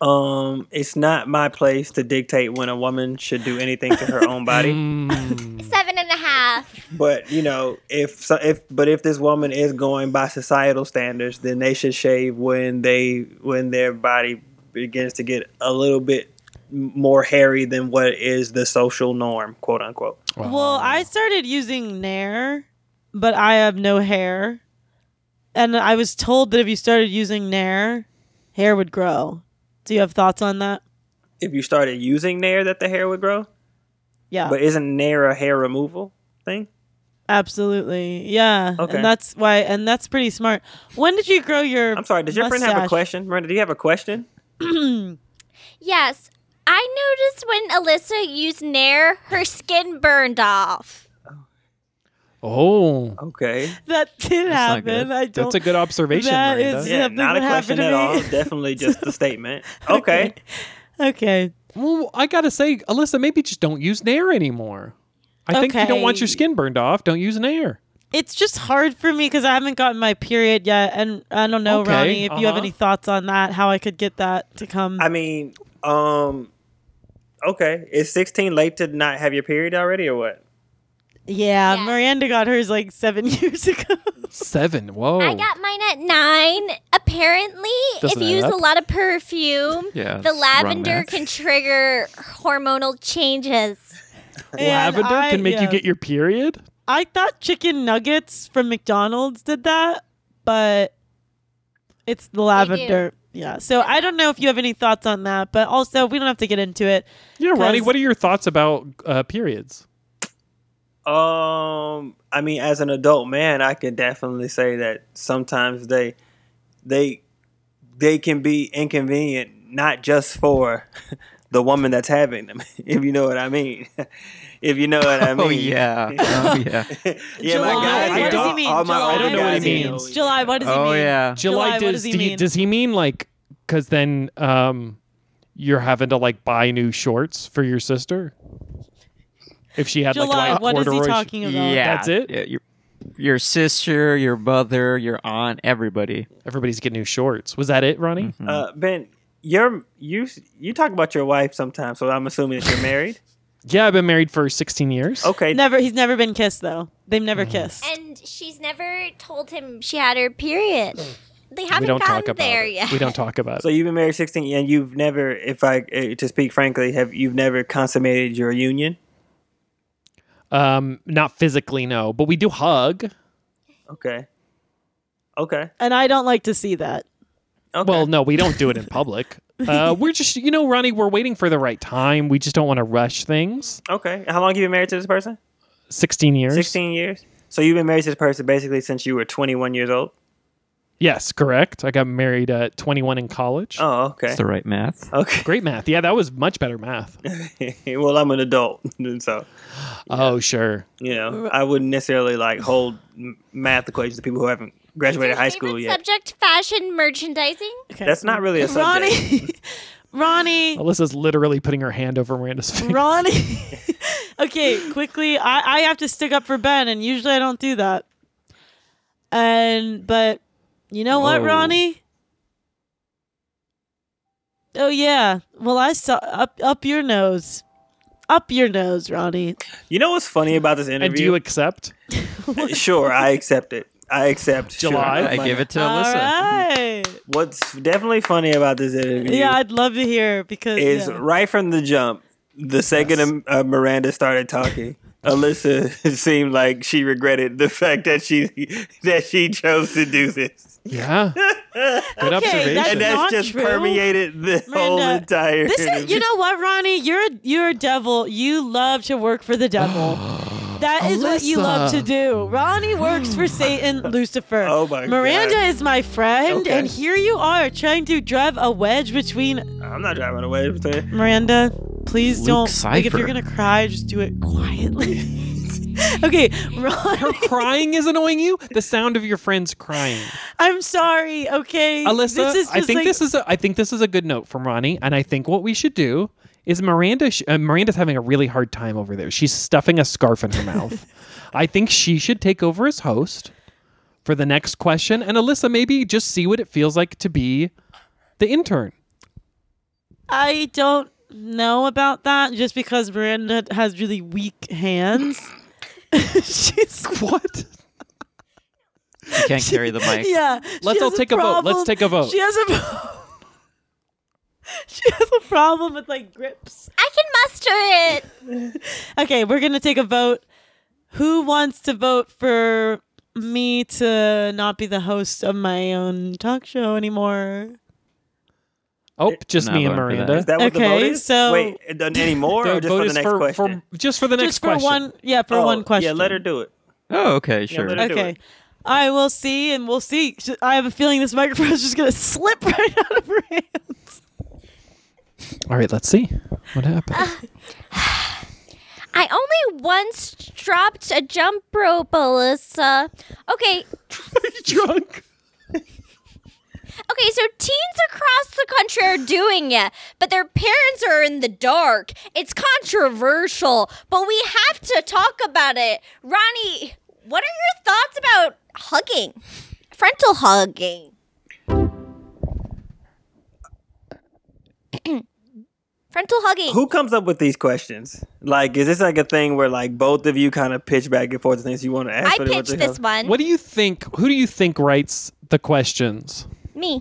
um, it's not my place to dictate when a woman should do anything to her own body. Mm. Seven and a half. But you know, if so, if but if this woman is going by societal standards, then they should shave when they when their body begins to get a little bit m- more hairy than what is the social norm, quote unquote. Well, I started using Nair, but I have no hair. And I was told that if you started using Nair, hair would grow. Do you have thoughts on that? If you started using Nair, that the hair would grow. Yeah. But isn't Nair a hair removal thing? absolutely. Yeah. Okay. And that's why and that's pretty smart. When did you grow your I'm sorry. Did your friend have a mustache? question, Miranda? Do you have a question? Yes. I noticed when Alyssa used Nair, her skin burned off. Oh, Okay. That did not happen. good. I don't that's a good observation, That Miranda. is- Yeah, Something not a would happen question to at all. me. Definitely just a statement. Okay. Okay. Well, I gotta say, Alyssa, maybe just don't use Nair anymore. I think you don't want your Okay. skin burned off. Don't use Nair. It's just hard for me cuz I haven't gotten my period yet and I don't know Okay, Ronnie if you have uh-huh. any thoughts on that how I could get that to come I mean, um, okay. Is 16 late to not have your period already or what? Yeah, Yeah. Miranda got hers like seven years ago. Seven. Whoa. I got mine at nine. Apparently, Oh. Doesn't if add you use up. a lot of perfume, Yeah, the it's wrong lavender math. can trigger hormonal changes. Lavender And I- can make you yeah. get your period. I thought chicken nuggets from McDonald's did that, but it's the lavender. Yeah. So I don't know if you have any thoughts on that, but also we don't have to get into it. Yeah, Ronnie. 'Cause- What are your thoughts about uh, periods? Um, I mean, as an adult man, I can definitely say that sometimes they, they, they can be inconvenient, not just for the woman that's having them, if you know what I mean. if you know what I mean. Oh yeah. Oh yeah. yeah, my July, guys- what does he all- mean? all my I July, don't older know what he guys here means. know- July, what does he Oh mean? July, yeah. July, what does, does he do you- mean? does he mean like because then um you're having to like buy new shorts for your sister if she had July, like light what is corduroy he sh- talking about? Yeah. That's it? Yeah, your, your sister, your mother, your aunt, everybody. everybody's getting new shorts was that it ronnie Uh, ben, you're you you talk about your wife sometimes, so I'm assuming that you're married. yeah i've been married for 16 years Okay, Never. He's never been kissed though. They've never kissed. And she's never told him she had her period. They haven't Hmm. we don't gotten talk about there it yet. we don't talk about so it you've been married 16, and you've never, if I uh, to speak frankly, have you've never consummated your union? um not physically no but we do hug Okay, okay, And I don't like to see that. okay. well no we don't do it in public uh we're just you know ronnie we're waiting for the right time we just don't want to rush things okay. How long have you been married to this person? 16 years 16 years. So you've been married to this person basically since you were 21 years old. yes correct i got married at 21 in college Oh, okay, That's the right math. okay. Great math. Yeah, that was much better math. well, I'm an adult, and so Oh, sure. you know I wouldn't necessarily like hold m- math equations to people who haven't graduated Your high favorite school yet. Subject fashion merchandising. Okay. That's not really a subject. Ronnie. Ronnie. Alyssa's literally putting her hand over Miranda's face. Ronnie. okay, quickly. I, I have to stick up for Ben, and usually I don't do that. And but you know what, Whoa. Ronnie? Oh yeah. Well, I saw up up your nose, up your nose, Ronnie. You know what's funny about this interview? And do you accept? sure, I accept it. I accept. sure. July? I give it to All Alyssa. right. What's definitely funny about this interview Yeah, I'd love to hear because is yeah. right from the jump, the second um, uh, Miranda started talking, Alyssa seemed like she regretted the fact that she that she chose to do this, Yeah. Good observation. that's- and that's not just true. permeated the whole Miranda, entire. This is, interview. you know what, Ronnie? You're a, you're a devil. You love to work for the devil. That is what you love to Alyssa. do. Ronnie works for Satan, Lucifer. Oh my Miranda God. is my friend, Okay. and here you are trying to drive a wedge between I'm not driving away with it. Miranda. Please Luke don't. Like, if Cypher. you're gonna cry, just do it quietly. okay, her Ronnie. crying is annoying you? The sound of your friends crying. I'm sorry. Okay, Alyssa, I think like- this is a I think this is a good note from Ronnie, and I think what we should do is Miranda sh- uh, Miranda's having a really hard time over there. She's stuffing a scarf in her mouth. I think she should take over as host for the next question, and Alyssa maybe just see what it feels like to be the intern. I don't know about that just because Miranda has really weak hands. She's What? You can't carry the mic. yeah. she Let's all has take a vote. Let's problem. take a vote. She has a pro- She has a problem with like grips. I can muster it. Okay, we're going to take a vote. Who wants to vote for me to not be the host of my own talk show anymore? Oh, just Not me and voting for that. Miranda. Is that what the vote Okay, is? so- Wait, done anymore The or just for vote the is next for, question? for just for the next Just for question. one yeah, for Oh, one question. Yeah, let her do it. Oh, okay, Yeah, sure. let her do Okay. it. I will see and we'll see. Sh- I have a feeling this microphone is just going to slip right out of her hands. All right, let's see what happens. I only once dropped a jump rope, Alyssa. Okay, Drunk. Okay, so teens across the country are doing it, but their parents are in the dark. It's controversial, but we have to talk about it. Ronnie, what are your thoughts about hugging? Frontal hugging. Frontal hugging. Who comes up with these questions? Like, is this like a thing where like both of you kind of pitch back and forth the things you want to ask? I but it pitched wasn't- this one. What do you think? Who do you think writes the questions? Me.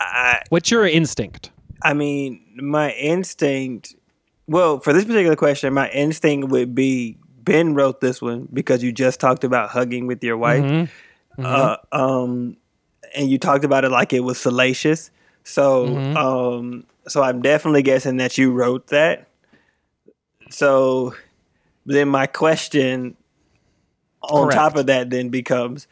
I, What's your instinct? I mean, my instinct. Well, for this particular question, my instinct would be Ben wrote this one because you just talked about hugging with your wife, Mhm. uh, um, and you talked about it like it was salacious. So, um, so I'm definitely guessing that you wrote that. So, then my question on Correct. top of that then becomes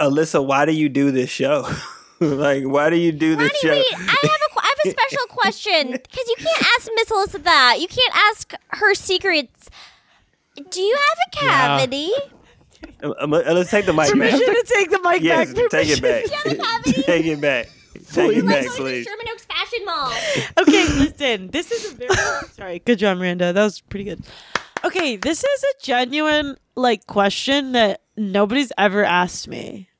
Alyssa, why do you do this show? like, why do you do this Ronnie, show? wait, I have, a, qu- I have a special question because you can't ask Miss Alyssa that. You can't ask her secrets. Do you have a cavity? Uh, uh, Let's take the mic back. Permission to take the mic Yes, back. take it back. Do you have a cavity? Take it back. Take it Let's go back, to the please. Sherman Oaks Fashion Mall. okay, listen. This is a very sorry. Good job, Miranda. That was pretty good. Okay, this is a genuine like question that nobody's ever asked me.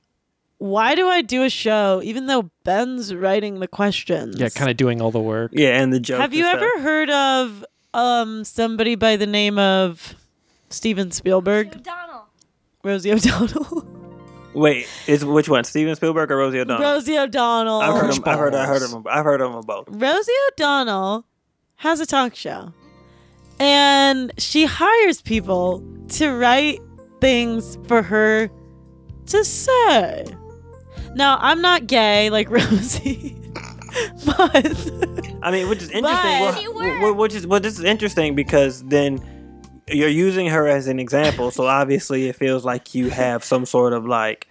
Why do I do a show even though Ben's writing the questions? Yeah, kind of doing all the work. Yeah, and the joke. Have you ever heard of um somebody by the name of Steven Spielberg, O'Donnell. Rosie O'Donnell? Wait, is which one? Steven Spielberg or Rosie O'Donnell? Rosie O'Donnell. I've heard them. I've heard. I heard them. I've heard them both. Rosie O'Donnell has a talk show and she hires people to write things for her to say. Now, I'm not gay like Rosie, but I mean, which is But- interesting. You Well, were. well, which is well, this is interesting because then you're using her as an example. So obviously, it feels like you have some sort of like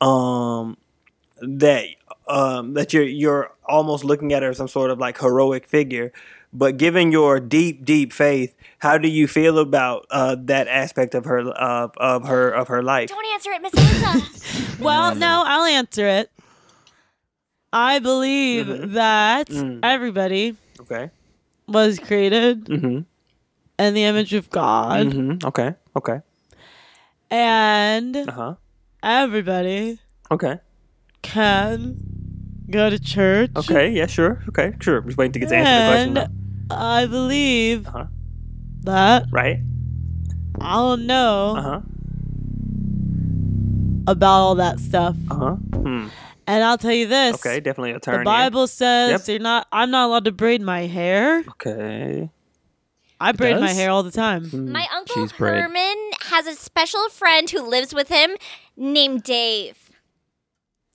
um that um that you're you're almost looking at her as some sort of like heroic figure. But given your deep, deep faith, how do you feel about uh, that aspect of her uh, of her of her life? Don't answer it, Miss Alyssa. Mm. well, no, I'll answer it. I believe that Mm. everybody Okay. was created Mm-hmm. in the image of God Mm-hmm. Okay. Okay. and Uh huh. everybody Okay. can go to church. Okay. Yeah. Sure. Okay. Sure. Just waiting to get to answer the And question. I believe Uh-huh. that Right. I'll know Uh huh. about all that stuff. Uh huh. Hmm. And I'll tell you this. Okay. Definitely a turn. uh-huh. The in. Bible says Yep. you're not I'm not allowed to braid my hair. Okay. I braid my does? hair all the time. Hmm. My uncle cheese bread. Herman has a special friend who lives with him named Dave.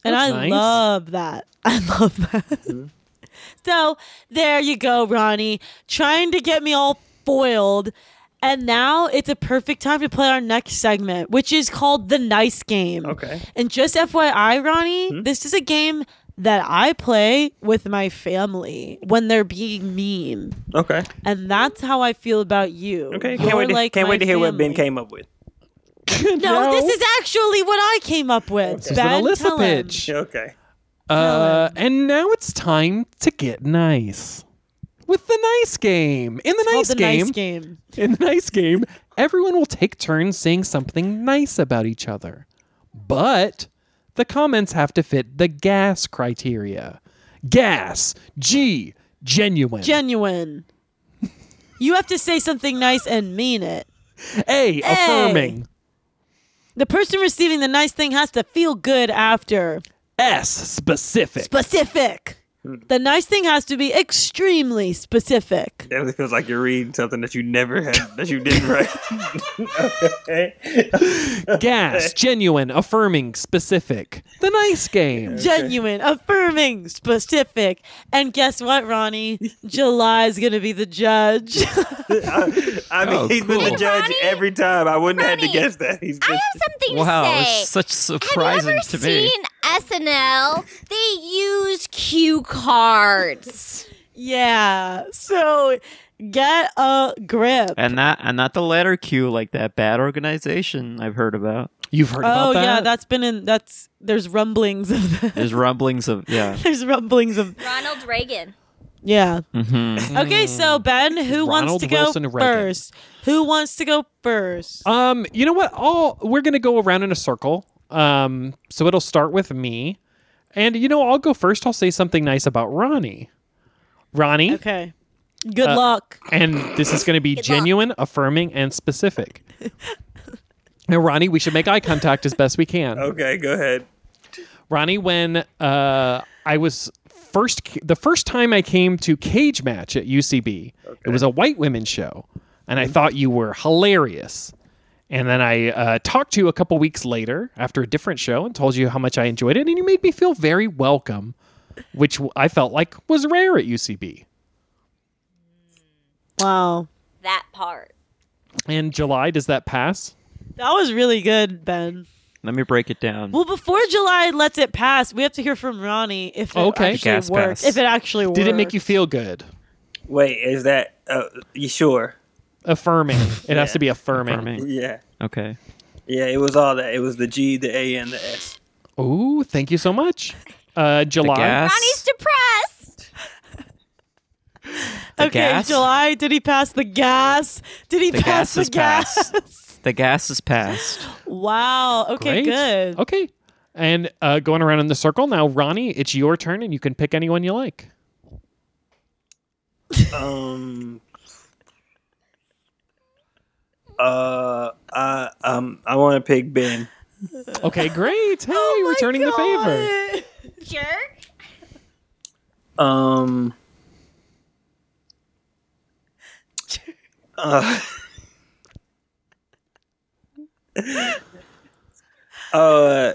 And I That's nice. love that. I love that. Mm-hmm. so there you go, Ronnie. Trying to get me all foiled. And now it's a perfect time to play our next segment, which is called the nice game. Okay. Mm-hmm. And just FYI, Ronnie, this is a game that I play with my family when they're being mean. Okay. And that's how I feel about you. Okay. You're Can't wait. To, like can't my wait to hear what Ben family. came up with. No, this is actually what I came up with. This is Ben, an Alyssa tell him. pitch. Okay. Uh, and now it's time to get nice with the nice game. In the, Called nice, the game, nice game. in the nice game, everyone will take turns saying something nice about each other, but the comments have to fit the gas criteria. Gas, G, genuine. Genuine. you have to say something nice and mean it. A, affirming. The person receiving the nice thing has to feel good after. S, specific. Specific. The nice thing has to be extremely specific. Definitely feels like you're reading something that you never had, that you didn't write. okay. gas, genuine, affirming, specific. The nice game. genuine, affirming, specific. And guess what, Ronnie? July's gonna be the judge. I, I mean, Oh, he's been cool. the judge Ronnie? every time. I wouldn't have had Ronnie, to guess that. He's I been- have something Wow, to say. it's such Have you surprising ever to seen me. SNL? They use cue cards. yeah. So get a grip. And not and not the letter Q like that bad organization I've heard about. You've heard Oh about that? yeah, that's been in that's there's rumblings of that. There's rumblings of yeah. There's rumblings of Ronald Reagan. yeah. Mm-hmm. Okay, so Ben, who Mm. Ronald wants to go Wilson Reagan. first? Who wants to go first? Um, you know what? All we're gonna go around in a circle. Um, so it'll start with me, and you know I'll go first. I'll say something nice about Ronnie. Ronnie, Okay. Good Uh, luck. and this is gonna be luck. genuine, affirming, and specific. now, Ronnie, we should make eye contact as best we can. okay, go ahead. Ronnie, when uh, I was first, the first time I came to Cage Match at UCB, it was a white women's show, and I thought you were hilarious. And then I uh, talked to you a couple weeks later after a different show and told you how much I enjoyed it, and you made me feel very welcome, which w- I felt like was rare at UCB. Wow. That part. And July, does that pass? That was really good, Ben. Let me break it down. Well, before July lets it pass, we have to hear from Ronnie if it Okay. actually Gas works. pass. If it actually works. Did it make you feel good? Wait, is that uh, you sure? Affirming. It has to be affirming. Affirming. Yeah, Okay. yeah. It was all that. It was the G, the A, and the S. Ooh, thank you so much. Uh, July. gas. Ronnie's depressed. The okay? gas? July. Did he pass the gas? Did he The pass gas the is gas? passed. The gas is passed. Wow. Okay. Great. Good. Okay. And uh, going around in the circle now, Ronnie, it's your turn, and you can pick anyone you like. Um. Uh, I um, I want to pick Ben. Okay, great. Hey, Oh my returning the favor. God. Jerk. Um. Uh, uh,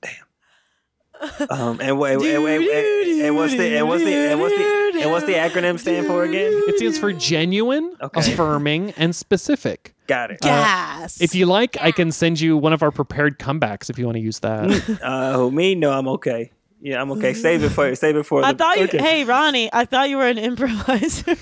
damn. Um, and wait, wait, wait, wait, and what's the and what's the and what's the and what's the acronym stand for again? It stands for genuine, Okay. affirming, and specific. Got it. Gas. If you like, I can send you one of our prepared comebacks if you want to use that. Uh, who, me? No, I'm okay. Yeah, I'm okay. Save it for save it for. I the- thought you. okay. Hey, Ronnie. I thought you were an improviser.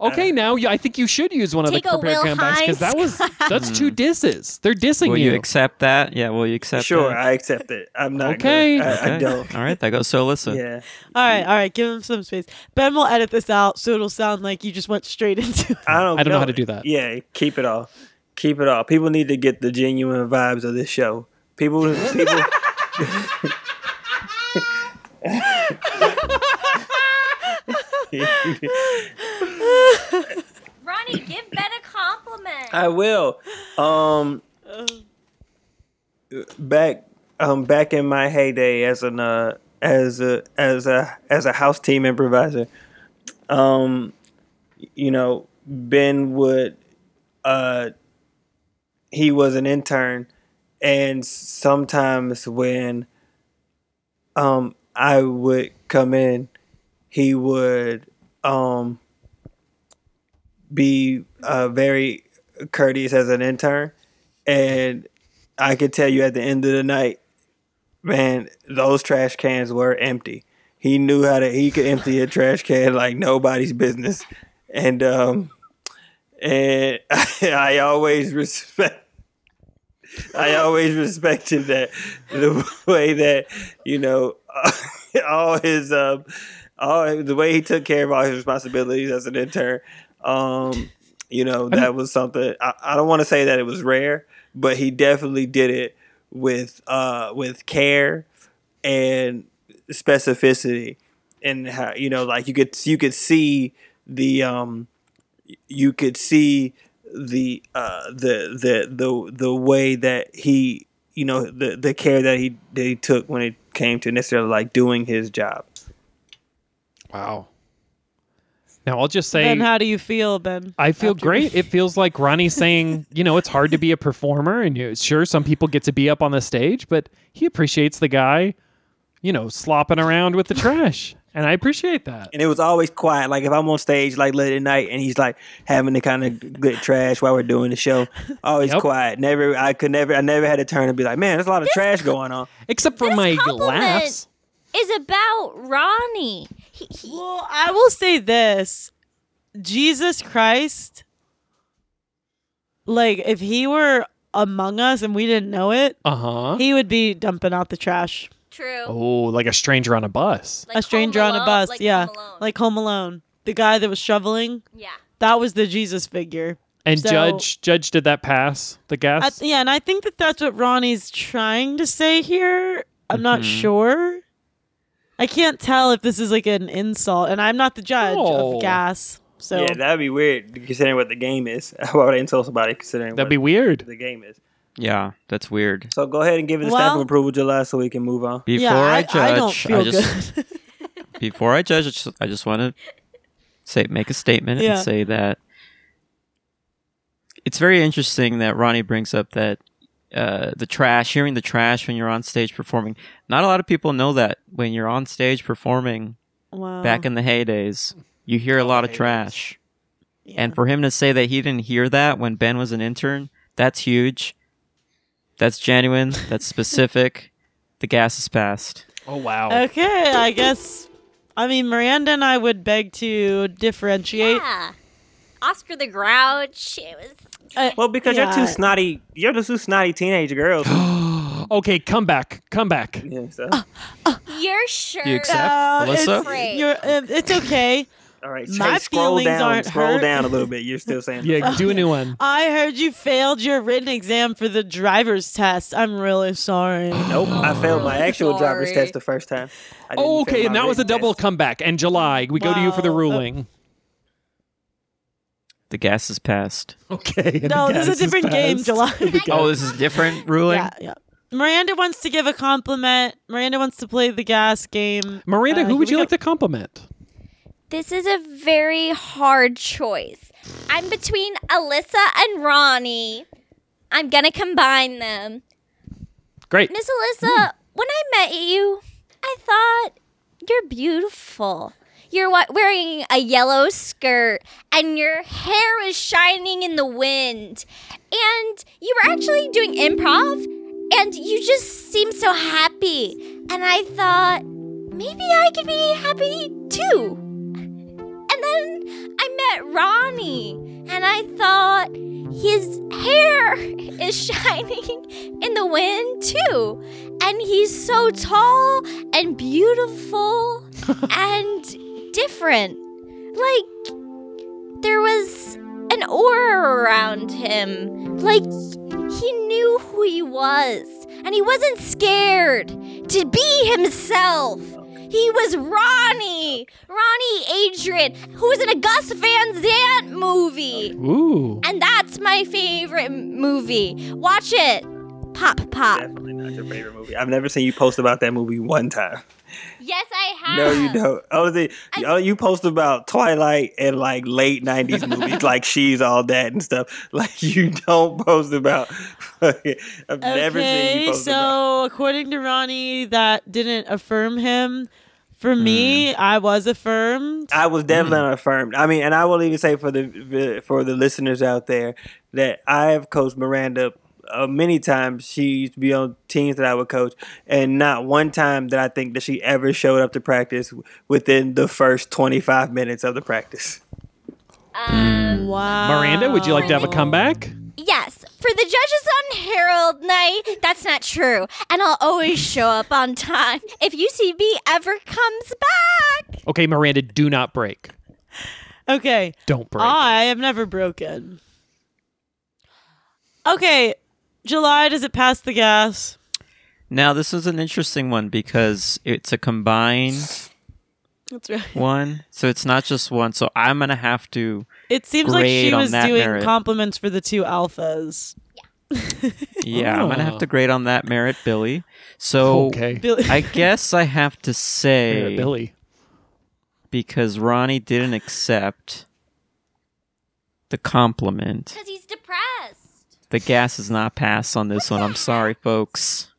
okay, now yeah, I think you should use one of Take the a prepared Will comebacks because that was that's two disses. They're dissing Will you. you accept that? Yeah. Will you accept? Sure, That? I accept it. I'm not Okay. Good. I, I Okay. don't. All right. That goes so listen. Yeah. all right. All right. Give him some space. Ben will edit this out so it'll sound like you just went straight into. It. I don't. I don't know how to do that. Yeah, keep it all. Keep it all. People need to get the genuine vibes of this show. People, people. Ronnie, give Ben a compliment. I will. Um, back, um, back in my heyday as an uh, as a as a as a house team improviser, um, you know, Ben would, uh, he was an intern, and sometimes when, um, I would come in, he would, um be uh, very courteous as an intern, and I could tell you at the end of the night, man, those trash cans were empty. He knew how to he could empty a trash can like nobody's business, and um, and I always respect. I always respected that the way that you know all his um, all the way he took care of all his responsibilities as an intern. Um, you know that was something. I, I don't want to say that it was rare, but he definitely did it with uh with care and specificity, and how you know like you could you could see the um you could see the uh the the the the way that he you know the the care that he that he took when it came to necessarily like doing his job. wow. Now I'll just say Ben, how do you feel, Ben? I feel great. It feels like Ronnie saying, you know, it's hard to be a performer, and you, sure, some people get to be up on the stage, but he appreciates the guy, you know, slopping around with the trash, and I appreciate that. And it was always quiet. Like if I'm on stage like late at night and he's like having the kind of good trash while we're doing the show, always Yep. quiet. Never I could never I never had to turn and be like, man, there's a lot of trash going on. Except for This my compliment- laughs. Is about Ronnie. He, he, Well, I will say this. Jesus Christ, like, if he were among us and we didn't know it, Uh huh. he would be dumping out the trash. true. Oh, like a stranger on a bus. Like a stranger Home on a Alone- bus. like yeah. Home Alone. Like Home Alone. The guy that was shoveling, yeah. that was the Jesus figure. And So- Judge, Judge did that pass the gas. I, yeah, and I think that that's what Ronnie's trying to say here. I'm not sure. I can't tell if this is like an insult, and I'm not the judge No. of gas. So Yeah, that'd be weird considering what the game is. Why would I insult somebody considering That'd what be weird. the game is? Yeah. That's weird. So go ahead and give it a stamp Well- of approval July so we can move on. Before yeah, I, I, judge, I don't feel just good. before I judge, I just, I just want to say make a statement Yeah. and say that it's very interesting that Ronnie brings up that uh, the trash, hearing the trash when you're on stage performing. Not a lot of people know that when you're on stage performing Wow. back Uh-huh. in the heydays, you hear a lot of trash. And for him to say that he didn't hear that when Ben was an intern, That's huge. That's genuine. That's specific. the gas is passed. Oh wow. Okay, I guess. I mean, Miranda and I would beg to differentiate. Yeah. Oscar the Grouch. It was Uh, Well, because you're yeah. two snotty, you're the two snotty teenage girls. Okay, come back. Come back. Yeah, so- Uh, your shirt. You accept, it's- Melissa? Great. You're, uh, it's okay. All right, My hey, scroll feelings down, aren't scroll hurt. down a little bit. You're still saying, Yeah, do a new one. I heard you failed your written exam for the driver's test. I'm really sorry. "Nope, I failed my actual driver's Sorry. test the first time." I didn't Oh, fail okay, my and that was a written double test. comeback. And July, we go to you for the Wow. ruling. The gas is passed. Okay. and no, the this is gas a different game, passed. July. Oh, this is different ruling. yeah, yeah. Miranda wants to give a compliment. Miranda wants to play the gas game. Miranda, Uh, who here would we you go. like to compliment? This is a very hard choice. I'm between Alyssa and Ronnie. I'm gonna combine them. Great. Miss Alyssa, when I met you, I thought you're beautiful. You're wa- wearing a yellow skirt and your hair is shining in the wind. And you were actually doing improv and you just seemed so happy. And I thought, maybe I could be happy too. And then I met Ronnie and I thought, his hair is shining in the wind too. And he's so tall and beautiful and different. Like there was an aura around him. Like he knew who he was and he wasn't scared to be himself. He was Ronnie, Ronnie Adrian, who was in a Gus Van Sant movie. Ooh. And that's my favorite m- movie. Watch it. Pop, pop. Definitely not your favorite movie. I've never seen you post about that movie one time. Yes, I have. No, Ah. you don't. Only thing, oh, you post about Twilight and like late '90s movies, like She's All That and stuff. Like you don't post about. I've never seen you Okay, post about. so according to Ronnie, that didn't affirm him. For me, I was affirmed. I was definitely affirmed. I mean, and I will even say for the for the listeners out there that I have coached Miranda uh, many times. She used to be on teams that I would coach, and not one time that I think that she ever showed up to practice within the first twenty five minutes of the practice. Um, Wow. Miranda, would you like to have a comeback? yes, for the judges on Herald Night, that's not true. And I'll always show up on time if UCB ever comes back. Okay, Miranda, do not break. Okay. Don't break. I have never broken. Okay, July, does it pass the gas? Now this is an interesting one because it's a combined That's right. one, so it's not just one. So I'm gonna have to. It seems like Grade she on was that doing merit. compliments for the two alphas. Yeah, I'm gonna have Oh. to grade on that merit, Billy. So okay. Bill- I guess I have to Yeah, say Billy. because Ronnie didn't accept the compliment. Because he's depressed. The gas is not passed on this one. I'm sorry, folks.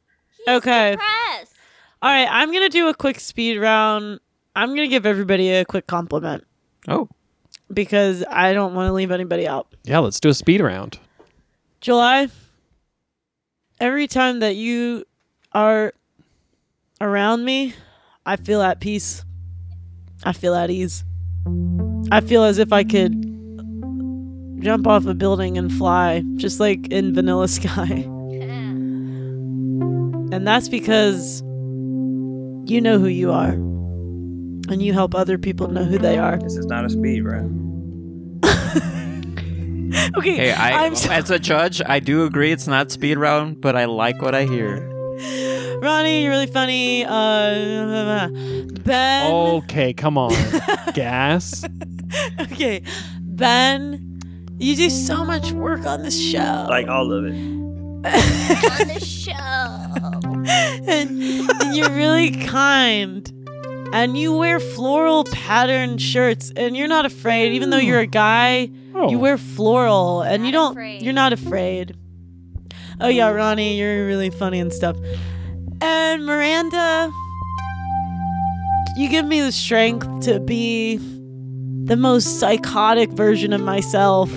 He's Okay. depressed. All right, I'm going to do a quick speed round. I'm going to give everybody a quick compliment Oh, because I don't want to leave anybody out. Yeah, let's do a speed round. July, every time that you are around me, I feel at peace. I feel at ease. I feel as if I could jump off a building and fly, just like in Vanilla Sky. And that's because you know who you are. And you help other people know who they are. This is not a speed round. Okay, hey, I am so- as a judge, I do agree it's not speed round, but I like what I hear. Ronnie, you're really funny. Uh, ben. Oh, Okay, come on. Gas. Okay, Ben, you do so much work on this show. Like all of it. On the show. and, and you're really kind. And you wear floral patterned shirts, and you're not afraid, even though you're a guy. Oh. You wear floral, and you Not don't. afraid. You're not afraid. Oh yeah, Ronnie, you're really funny and stuff. And Miranda, you give me the strength to be the most psychotic version of myself,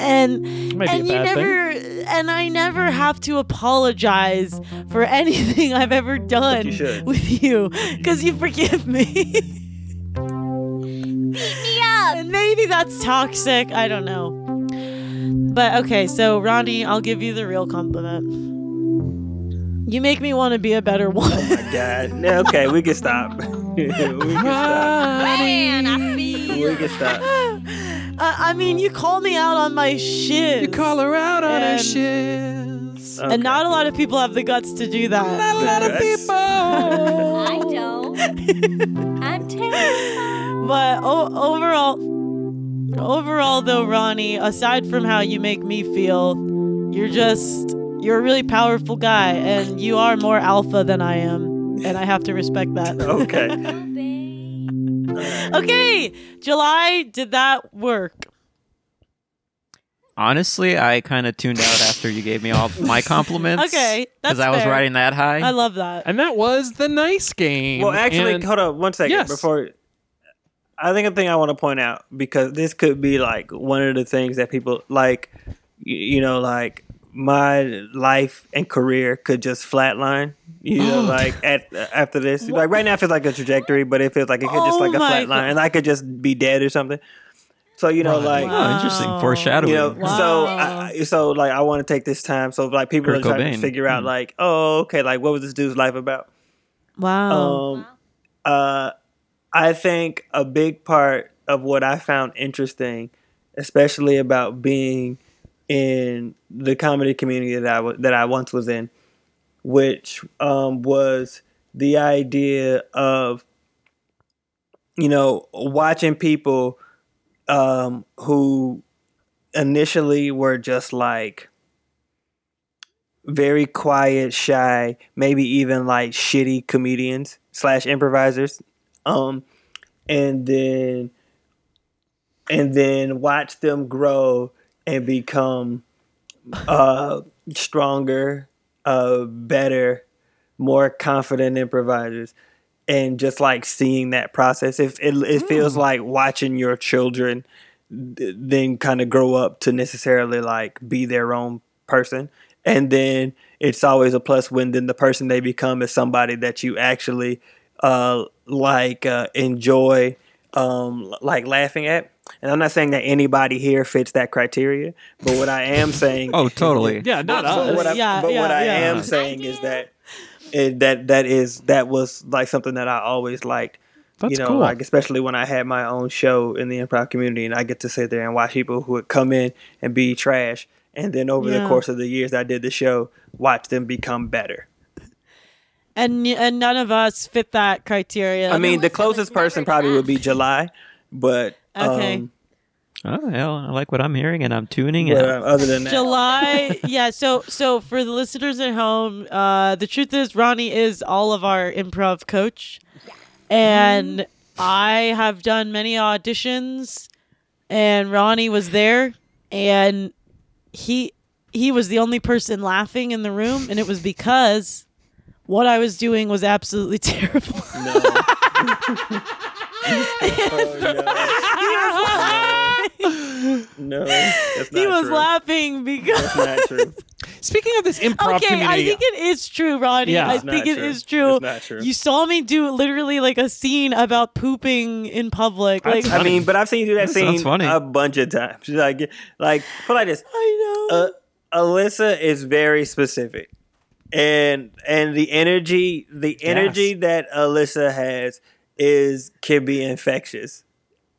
and Might be a and you bad thing. never and I never have to apologize for anything I've ever done should. with you because you forgive me. Beat me up. and maybe that's toxic. I don't know. But okay, so Ronnie, I'll give you the real compliment. You make me want to be a better woman. God. Yeah, Okay, we can stop. we can stop. Man, I feel. We can stop. I, I mean, you call me out on my shit. You call her out on her And- shiz. Okay. And not a lot of people have the guts to do that. A lot of Yes. people. I don't. I'm terrified. But o- overall, overall though, Ronnie, aside from how you make me feel, you're just you're a really powerful guy, and you are more alpha than I am, and I have to respect that. Okay. Oh, babe. Okay, July, did that work? Honestly, I kind of tuned out after you gave me all my compliments. Okay, that's because I was fair. riding that high. Oh, I love that. and that was the nice game. Well, actually, And- hold on one second Yes. before. I think a thing I want to point out because this could be like one of the things that people like, y- you know, like my life and career could just flatline. You know, Oh. like at uh, after this, like right now, it feels like a trajectory, but it feels like it could just Oh like a my flatline, God. and I could just be dead or something. So you know, like oh, interesting Wow. foreshadowing. you know so Wow. I, I- so like i want to take this time so like people Kurt are trying to Cobain. figure Mm. out like oh okay like what was this dude's life about Wow. um uh i think a big part of what i found interesting especially about being in the comedy community that i wa- that i once was in which um was the idea of you know watching people um who initially were just like very quiet, shy, maybe even like shitty comedians slash improvisers. Um, and then and then watch them grow and become uh, stronger, uh, better, more confident improvisers. And just like seeing that process, if it, it feels like watching your children th- then kind of grow up to necessarily like be their own person. And then it's always a plus when then the person they become is somebody that you actually uh, like uh, enjoy um, l- like laughing at. And I'm not saying that anybody here fits that criteria, but what I am saying oh, totally. yeah, not but us. What I, Yeah, but what yeah, I yeah. am saying is that it, that that is that was like something that I always liked. That's you know, cool. like especially when I had my own show in the improv community, and I get to sit there and watch people who would come in and be trash, and then over Yeah. the course of the years that I did the show, watch them become better. and and none of us fit that criteria. I mean, the listen, let's closest person never probably would be ask. July, but Okay. um, Oh hell, I like what I'm hearing, and I'm tuning in. but, uh, other than that, July, yeah. So, so for the listeners at home, uh, the truth is Ronnie is all of our improv coach, and I have done many auditions, and Ronnie was there, and he he was the only person laughing in the room, and it was because what I was doing was absolutely terrible. no. Oh, he was, no, no, that's not he was true. laughing because That's not true. Speaking of this improv okay, I community, think it is true, Ronnie. Yeah. I It's not think it true. is true. It's not true. You saw me do literally like a scene about pooping in public. Like I mean, but I've seen you do that That sounds scene funny. a bunch of times. Like, like put it like this. I know. Uh, Alyssa is very specific, and and the energy, the energy that Alyssa has is can be infectious,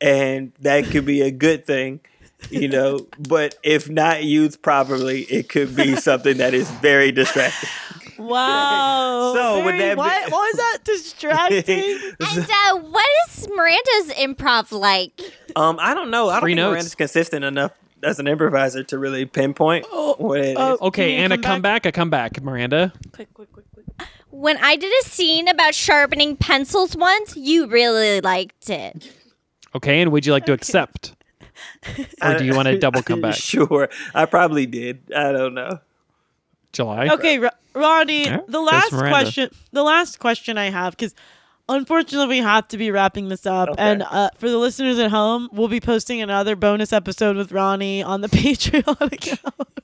and that could be a good thing, you know. but if not used properly, it could be something that is very distracting. wow. So, would Very- that be- why, why is that distracting? And uh, what is Miranda's improv like? um, I don't know. I don't Free think notes. Miranda's consistent enough as an improviser to really pinpoint what it is. oh. okay, Can you and a come comeback, a comeback, Miranda. When I did a scene about sharpening pencils once, you really liked it. Okay, and would you like to accept? Or do you Uh, want a double comeback? Uh, Sure, I probably did. I don't know. July. okay, Ro- Ronnie, Yeah, the last that's Miranda. question, the last question I have cuz Unfortunately, we have to be wrapping this up. Okay. And uh, for the listeners at home, we'll be posting another bonus episode with Ronnie on the Patreon account.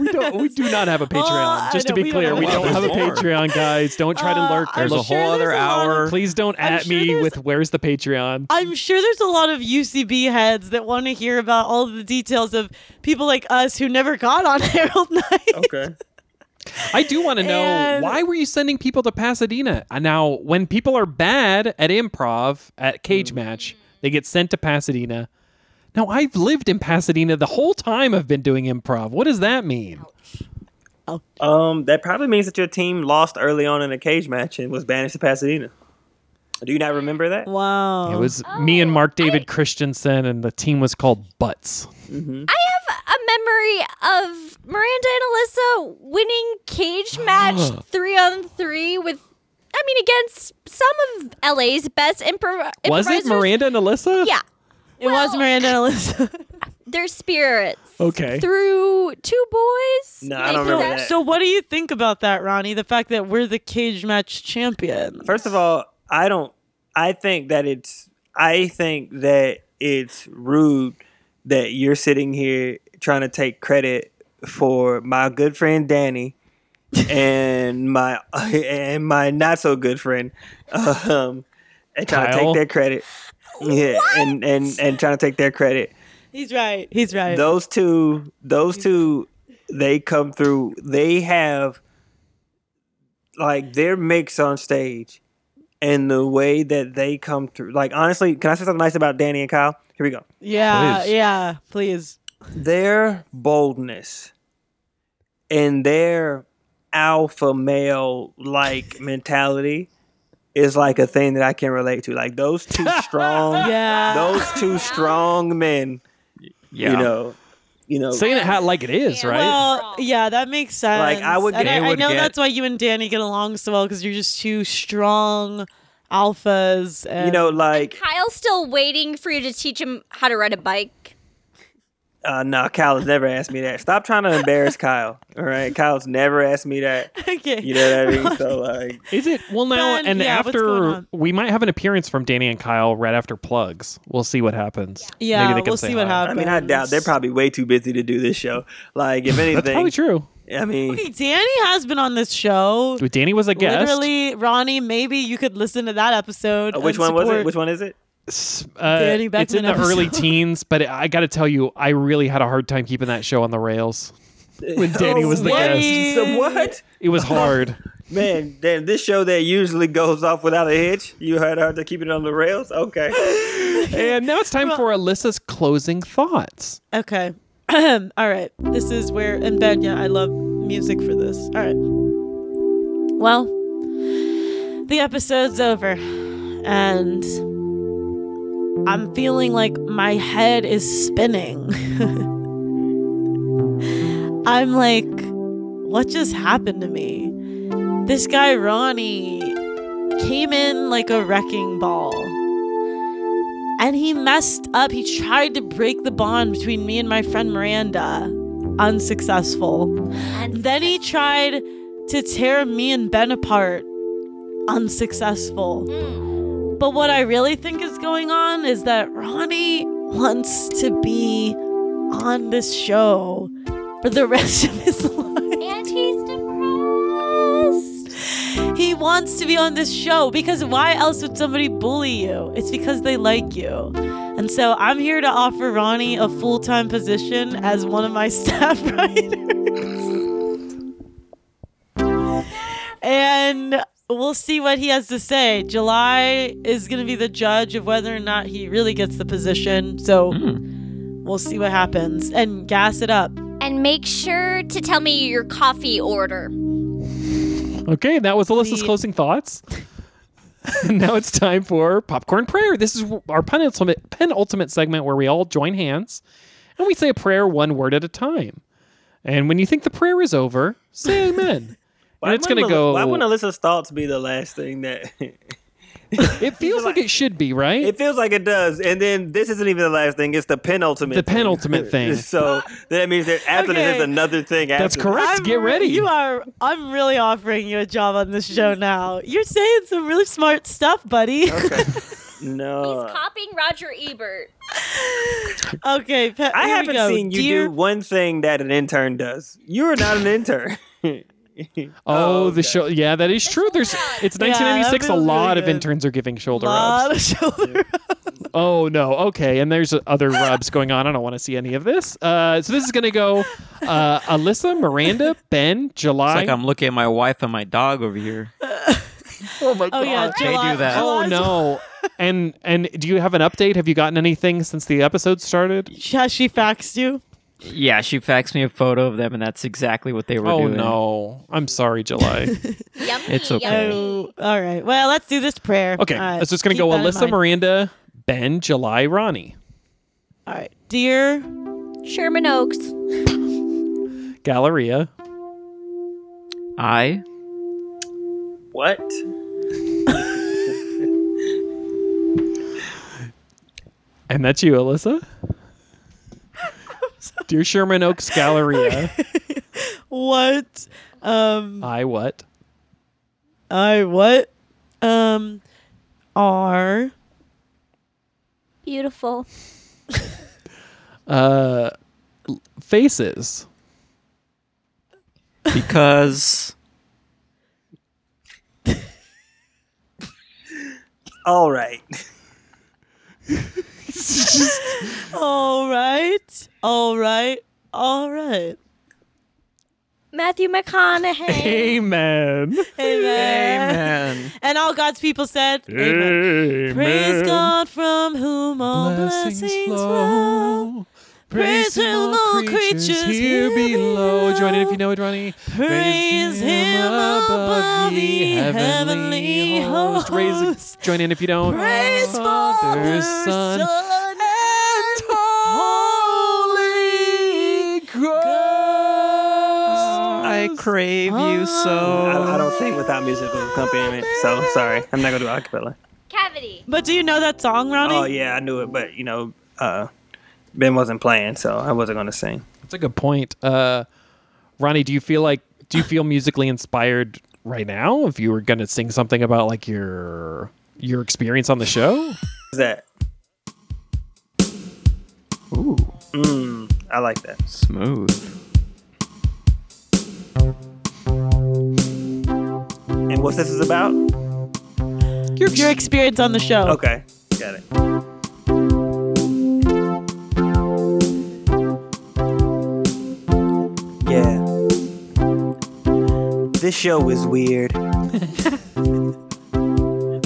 We don't. We do not have a Patreon. I just to know, be we clear, don't we have don't one. have a There's more. Patreon, guys. Don't try to Uh, lurk. I'm There's a sure whole other there's a lot of- hour. Please don't I'm at sure me there's- with where's the Patreon. I'm sure there's a lot of UCB heads that want to hear about all the details of people like us who never got on Herald Night. Oh. Okay. I do want to know And- why were you sending people to Pasadena? Uh, Now, when people are bad at improv at Mm. cage match, they get sent to Pasadena. Now, I've lived in Pasadena the whole time I've been doing improv. What does that mean? Um, that probably means that your team lost early on in a cage match and was banished to Pasadena. Do you not remember that? Wow. It was me and Oh, Mark David Christensen, and the team was called Butts. a memory of Miranda and Alyssa winning cage Ah. match three on three with, I mean, against some of LA's best improv. Was it improvisers. Miranda and Alyssa? Yeah, It was Miranda and Alyssa. their spirits Okay. through two boys. No, I don't Like, remember that. so what do you think about that, Ronnie? The fact that we're the cage match champion. First of all, I don't. I think that it's. I think that it's rude that you're sitting here trying to take credit for my good friend Danny and my and my not so good friend, um, and trying to Kyle? take their credit. Yeah, and and and trying to take their credit. He's right. He's right. Those two, those two, they come through. They have like their mix on stage and the way that they come through. Like honestly, can I say something nice about Danny and Kyle? Here we go. yeah. Please. Yeah. Please. Their boldness and their alpha male like mentality is like a thing that I can relate to. Like those two strong, Yeah. those two strong men. Yeah. You know, you know. Saying it how, like it is, right? Well, yeah, that makes sense. Like, I would And get- I, They I would know get- that's why you and Danny get along so well because you're just two strong alphas. And you know, like Kyle's still waiting for you to teach him how to ride a bike. Uh, no, Kyle has never asked me that. Stop trying to embarrass Kyle. All right, Kyle's never asked me that. okay. You know what I mean? So like, Is it? Well, now Ben, and yeah, what's going after on? we might have an appearance from Danny and Kyle right after plugs. We'll see what happens. Yeah, Maybe they come we'll say see what hi. I happens. mean, I doubt they're probably way too busy to do this show. Like, if That's probably anything, true. I mean, Okay, Danny has been on this show. Danny was a guest. Literally, Ronnie. Maybe you could listen to that episode. uh, which and one was it? support- Which one is it? S- uh, Danny it's in Beckman the early episode. teens, but I got to tell you, I really had a hard time keeping that show on the rails. When Danny was the Danny. guest, So Oh, what? it was hard. Man, then this show that usually goes off without a hitch. You heard her to keep it on the rails. Okay. and now it's time for Alyssa's closing thoughts. Okay. All right. This is where in bed. Yeah, I love music for this. All right. Well, the episode's over, and I'm feeling like my head is spinning. I'm like, what just happened to me? This guy Ronnie came in like a wrecking ball and he messed up. He tried to break the bond between me and my friend Miranda. Unsuccessful. And Then he tried to tear me and Ben apart. Unsuccessful. But what I really think is going on is that Ronnie wants to be on this show for the rest of his life. and he's depressed. He wants to be on this show because why else would somebody bully you? It's because they like you. And so I'm here to offer Ronnie a full time position as one of my staff writers. and we'll see what he has to say. July is going to be the judge of whether or not he really gets the position. So we'll see what happens and gas it up. And make sure to tell me your coffee order. Okay, that was Alyssa's The- closing thoughts. And now it's time for popcorn prayer. This is our penultimate penultimate segment where we all join hands and we say a prayer one word at a time. And when you think the prayer is over, say amen. and it's going to wouldn't go. Aly- Why wouldn't Alyssa's thoughts be the last thing that? It feels like, it should be, right? it feels like it does, and then this isn't even the last thing. It's the penultimate. the thing. penultimate thing. So that means that after this, Okay. there's another thing. That's after this. correct. I'm- Get ready. You are. I'm really offering you a job on this show now. You're saying some really smart stuff, buddy. Okay. No. He's copying Roger Ebert. Okay, Pat, here I we haven't go. seen you Dear do one thing that an intern does. You are not an intern. Oh, okay. the show. Yeah, that is true. There's it's 1996. that a feels lot really of good. interns are giving shoulder lot rubs. of shoulder. Oh no. Okay, and there's other rubs going on. I don't want to see any of this. Uh, so this is gonna go uh, Alyssa, Miranda, Ben, It's July. like I'm looking at my wife and my dog over here. oh my Oh yeah, they July- do that. Oh July's- no. And and do you have an update? Have you gotten anything since the episode started? Has she faxed you? Yeah, she faxed me a photo of them, and that's exactly what they were Oh doing. no. I'm sorry, July. Yummy. It's okay. Yummy. Oh, all right. Well, let's do this prayer. Okay, All right, it's just gonna Uh, keep go that in Alyssa, mind. Miranda, Ben, July, Ronnie, All right, dear Sherman Oaks. Galleria, I what? and that's you, Alyssa. Dear Sherman Oaks Galleria, what? Um, I what? I what? Um, are Beautiful. Uh, l- faces. because All right. all right, all right, all right. Matthew McConaughey. Amen. Amen. Amen. And all God's people said, Amen. Praise God from whom all blessings, flow. Praise him, all creatures here below. Join in if you know it, Ronnie. Praise him above ye heavenly hosts. Raise, join in if you don't. Praise Father, Son, and Holy Ghost. Oh, I crave you I, I so. don't sing without musical accompaniment, so sorry. I'm not gonna do acapella. Cavity. But do you know that song, Ronnie? Oh yeah, I knew it, but you know, uh, Ben wasn't playing, so I wasn't gonna sing. That's a good point. Uh, Ronnie, do you feel like do you feel musically inspired right now? If you were gonna sing something about like your your experience on the show, What's that? Ooh, Mm, I like that. smooth. And what this is about? Your experience on the show. Okay, got it. Yeah. This show is weird.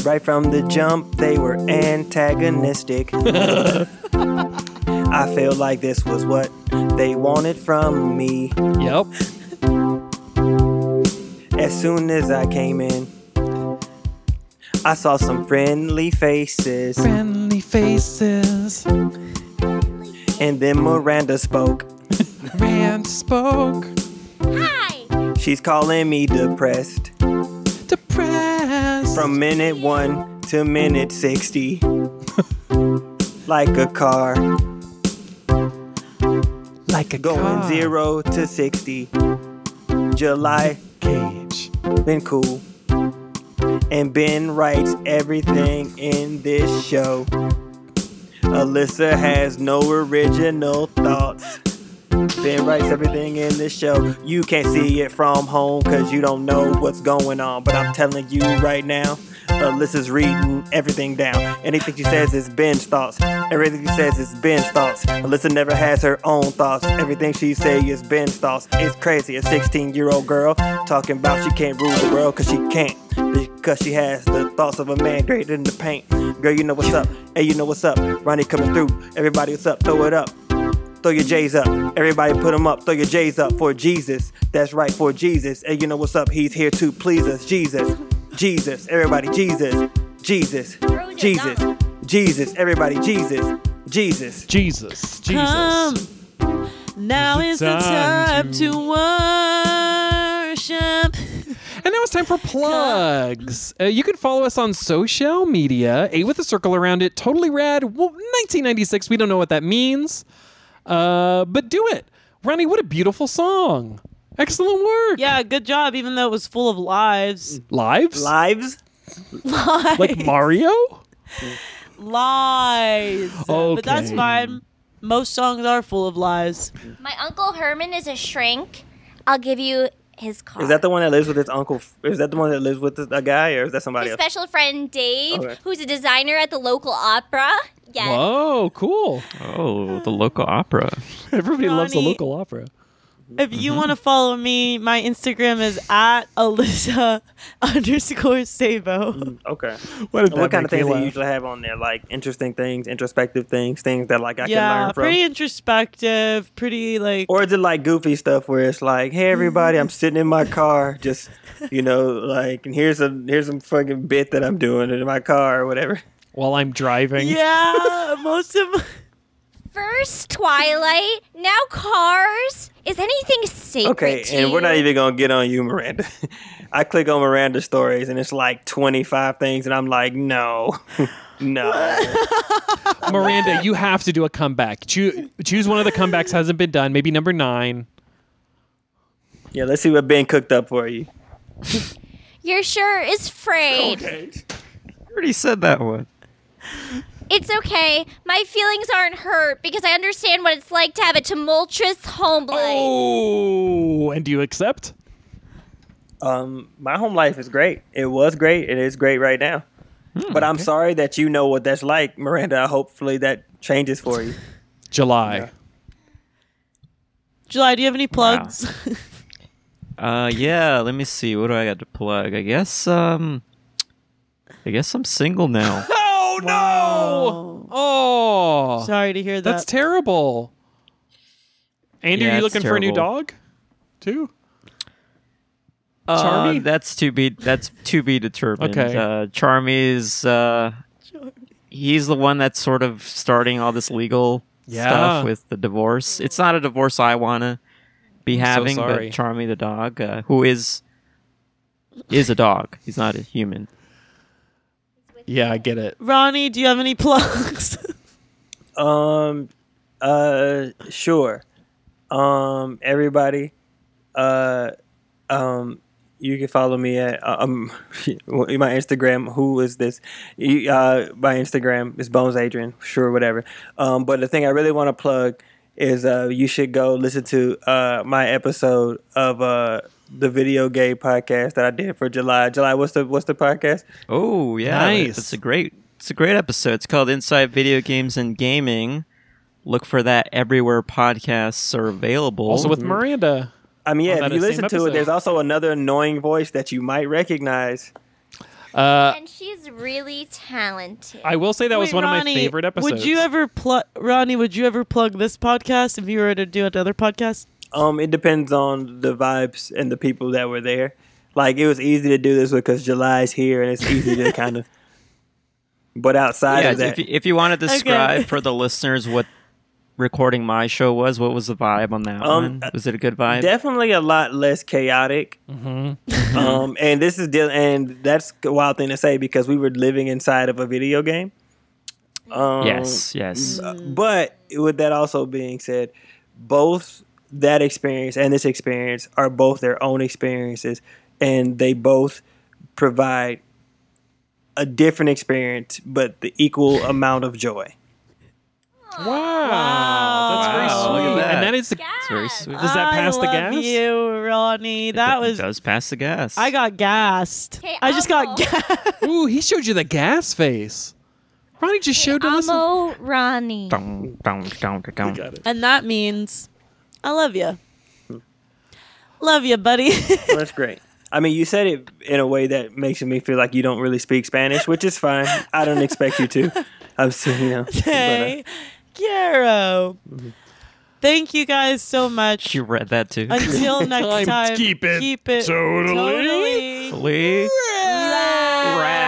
right from the jump, they were antagonistic. I feel like this was what they wanted from me. yep. As soon as I came in, I saw some friendly faces. Friendly faces, And then Miranda spoke. man spoke, Hi. She's calling me depressed. depressed. From minute one to minute 60. like a car. like a Going zero to 60. July, cage. been cool. And Ben writes everything in this show. Alyssa has no original thoughts. Ben writes everything in this show. You can't see it from home because you don't know what's going on. But I'm telling you right now, Alyssa's reading everything down. Anything she says is Ben's thoughts. Everything she says is Ben's thoughts. Alyssa never has her own thoughts. Everything she say is Ben's thoughts. It's crazy. A 16 year old girl talking about she can't rule the world because she can't. Because she has the thoughts of a man greater than the paint. Girl, you know what's up. Hey, you know what's up. Ronnie coming through. Everybody, what's up? Throw it up. Throw your J's up. Everybody put them up. Throw your J's up for Jesus. That's right, for Jesus. And you know what's up? He's here to please us. Jesus. Jesus. Everybody, Jesus. Jesus. Throw your Jesus. dunk. Jesus. Everybody, Jesus. Jesus. Jesus, Jesus. Come. Now It's is the time time to worship. And now it's time for plugs. Uh, you can follow us on social media, A with a circle around it, totally rad, well, 1996. We don't know what that means, uh, but do it. Ronnie, what a beautiful song. Excellent work. Yeah, good job, even though it was full of Mm. lives. Lives? Lives. Like Mario? lies. But that's Okay. fine. Most songs are full of lies. My uncle Herman is a shrink. I'll give you his car. Is that the one that lives with his uncle? Is that the one that lives with a guy, or is that somebody His else? special friend Dave, Okay. who's a designer at the local opera. Yes. Whoa, cool. Oh, the local opera. Everybody loves the Ronnie- local opera. If you Mm-hmm. want to follow me, my Instagram is at Alyssa underscore Sabo. Okay. What, did And that what kind make of things me do you laugh? usually have on there? Like interesting things, introspective things, things that like I can Yeah, learn from. pretty introspective, pretty like. or is it like goofy stuff where it's like, "Hey, everybody, I'm sitting in my car, just you know, like, and here's a here's some fucking bit that I'm doing in my car or whatever." While I'm driving. yeah, most of. First Twilight, now Cars. Is anything sacred? Okay, to and we're not you? even gonna get on you, Miranda. I click on Miranda stories, and it's like 25 things, and I'm like, "No, no." Miranda, you have to do a comeback. Choose, choose one of the comebacks hasn't been done. Maybe number nine. yeah, let's see what Ben cooked up for you. Your shirt is frayed. I already said that one. It's okay. My feelings aren't hurt because I understand what it's like to have a tumultuous home life. Oh, and do you accept? um, my home life is great. It was great. It is great right now. Hmm, but I'm sorry that you know what that's like, Miranda. Hopefully that changes for you. July. July, do you have any plugs? Uh, yeah. Let me see. What do I got to plug? I guess um, I guess I'm single now. Oh no! Oh, Sorry to hear that. that's terrible. Andy, Yeah, are you it's looking for a new terrible. dog? Too. Uh, Charmy? that's to be that's to be determined. Okay. Uh, Charmy's uh, he's the one that's sort of starting all this legal Yeah. stuff with the divorce. It's not a divorce I wanna be having, but sorry. Charmy the dog, uh, who is is a dog. He's not a human. Yeah, I get it. Ronnie, do you have any plugs? Um, uh, sure. Um, everybody, uh, um, you can follow me at uh, um my Instagram. Who is this? You- Uh, my Instagram is Bones Adrian. Sure, whatever. Um, but the thing I really want to plug is uh, you should go listen to uh my episode of uh the video gay podcast that I did for July. July, what's the what's the podcast? Oh yeah, Nice. It's a great it's a great episode. It's called Inside Video Games and Gaming. Look for that everywhere podcasts are available. Also with Miranda. I mean, yeah, Oh, that if you same listen to episode. it, there's also another annoying voice that you might recognize. Uh, And she's really talented. I will say that was Wait, one of my Ronnie, favorite episodes. Would you ever plug Ronnie? Would you ever plug this podcast if you were to do another podcast? Um, it depends on the vibes and the people that were there. Like it was easy to do this because July's here and it's easy to kind of. But outside yeah, of if that, you, if you want to describe for the listeners what recording my show was, what was the vibe on that Um, one? Was it a good vibe? definitely a lot less chaotic. Mm-hmm. um, and this is deal, and that's a wild thing to say because we were living inside of a video game. Um, yes, Mm. yes. Uh, But with that also being said, both that experience and this experience are both their own experiences, and they both provide a different experience, but the equal amount of joy. Wow, that's very Wow, look at sweet. that. And that is the. It's very sweet. Does that pass I the love gas? You, Ronnie. That was. it does pass the gas. I got gassed. Hey, I just got Elmo. gassed. Ooh, he showed you the gas face. Ronnie just showed to listen. Amo Ronnie. Dum, dum, dum, dum. And that means I love you. Love you, buddy. Well, that's great. I mean, you said it in a way that makes me feel like you don't really speak Spanish, which is fine. I don't expect you to. I'm seeing you. know, but, uh, hey, Garo. Thank you guys so much. You read that too. Until next time, keep it keep it totally totally Lee? loud.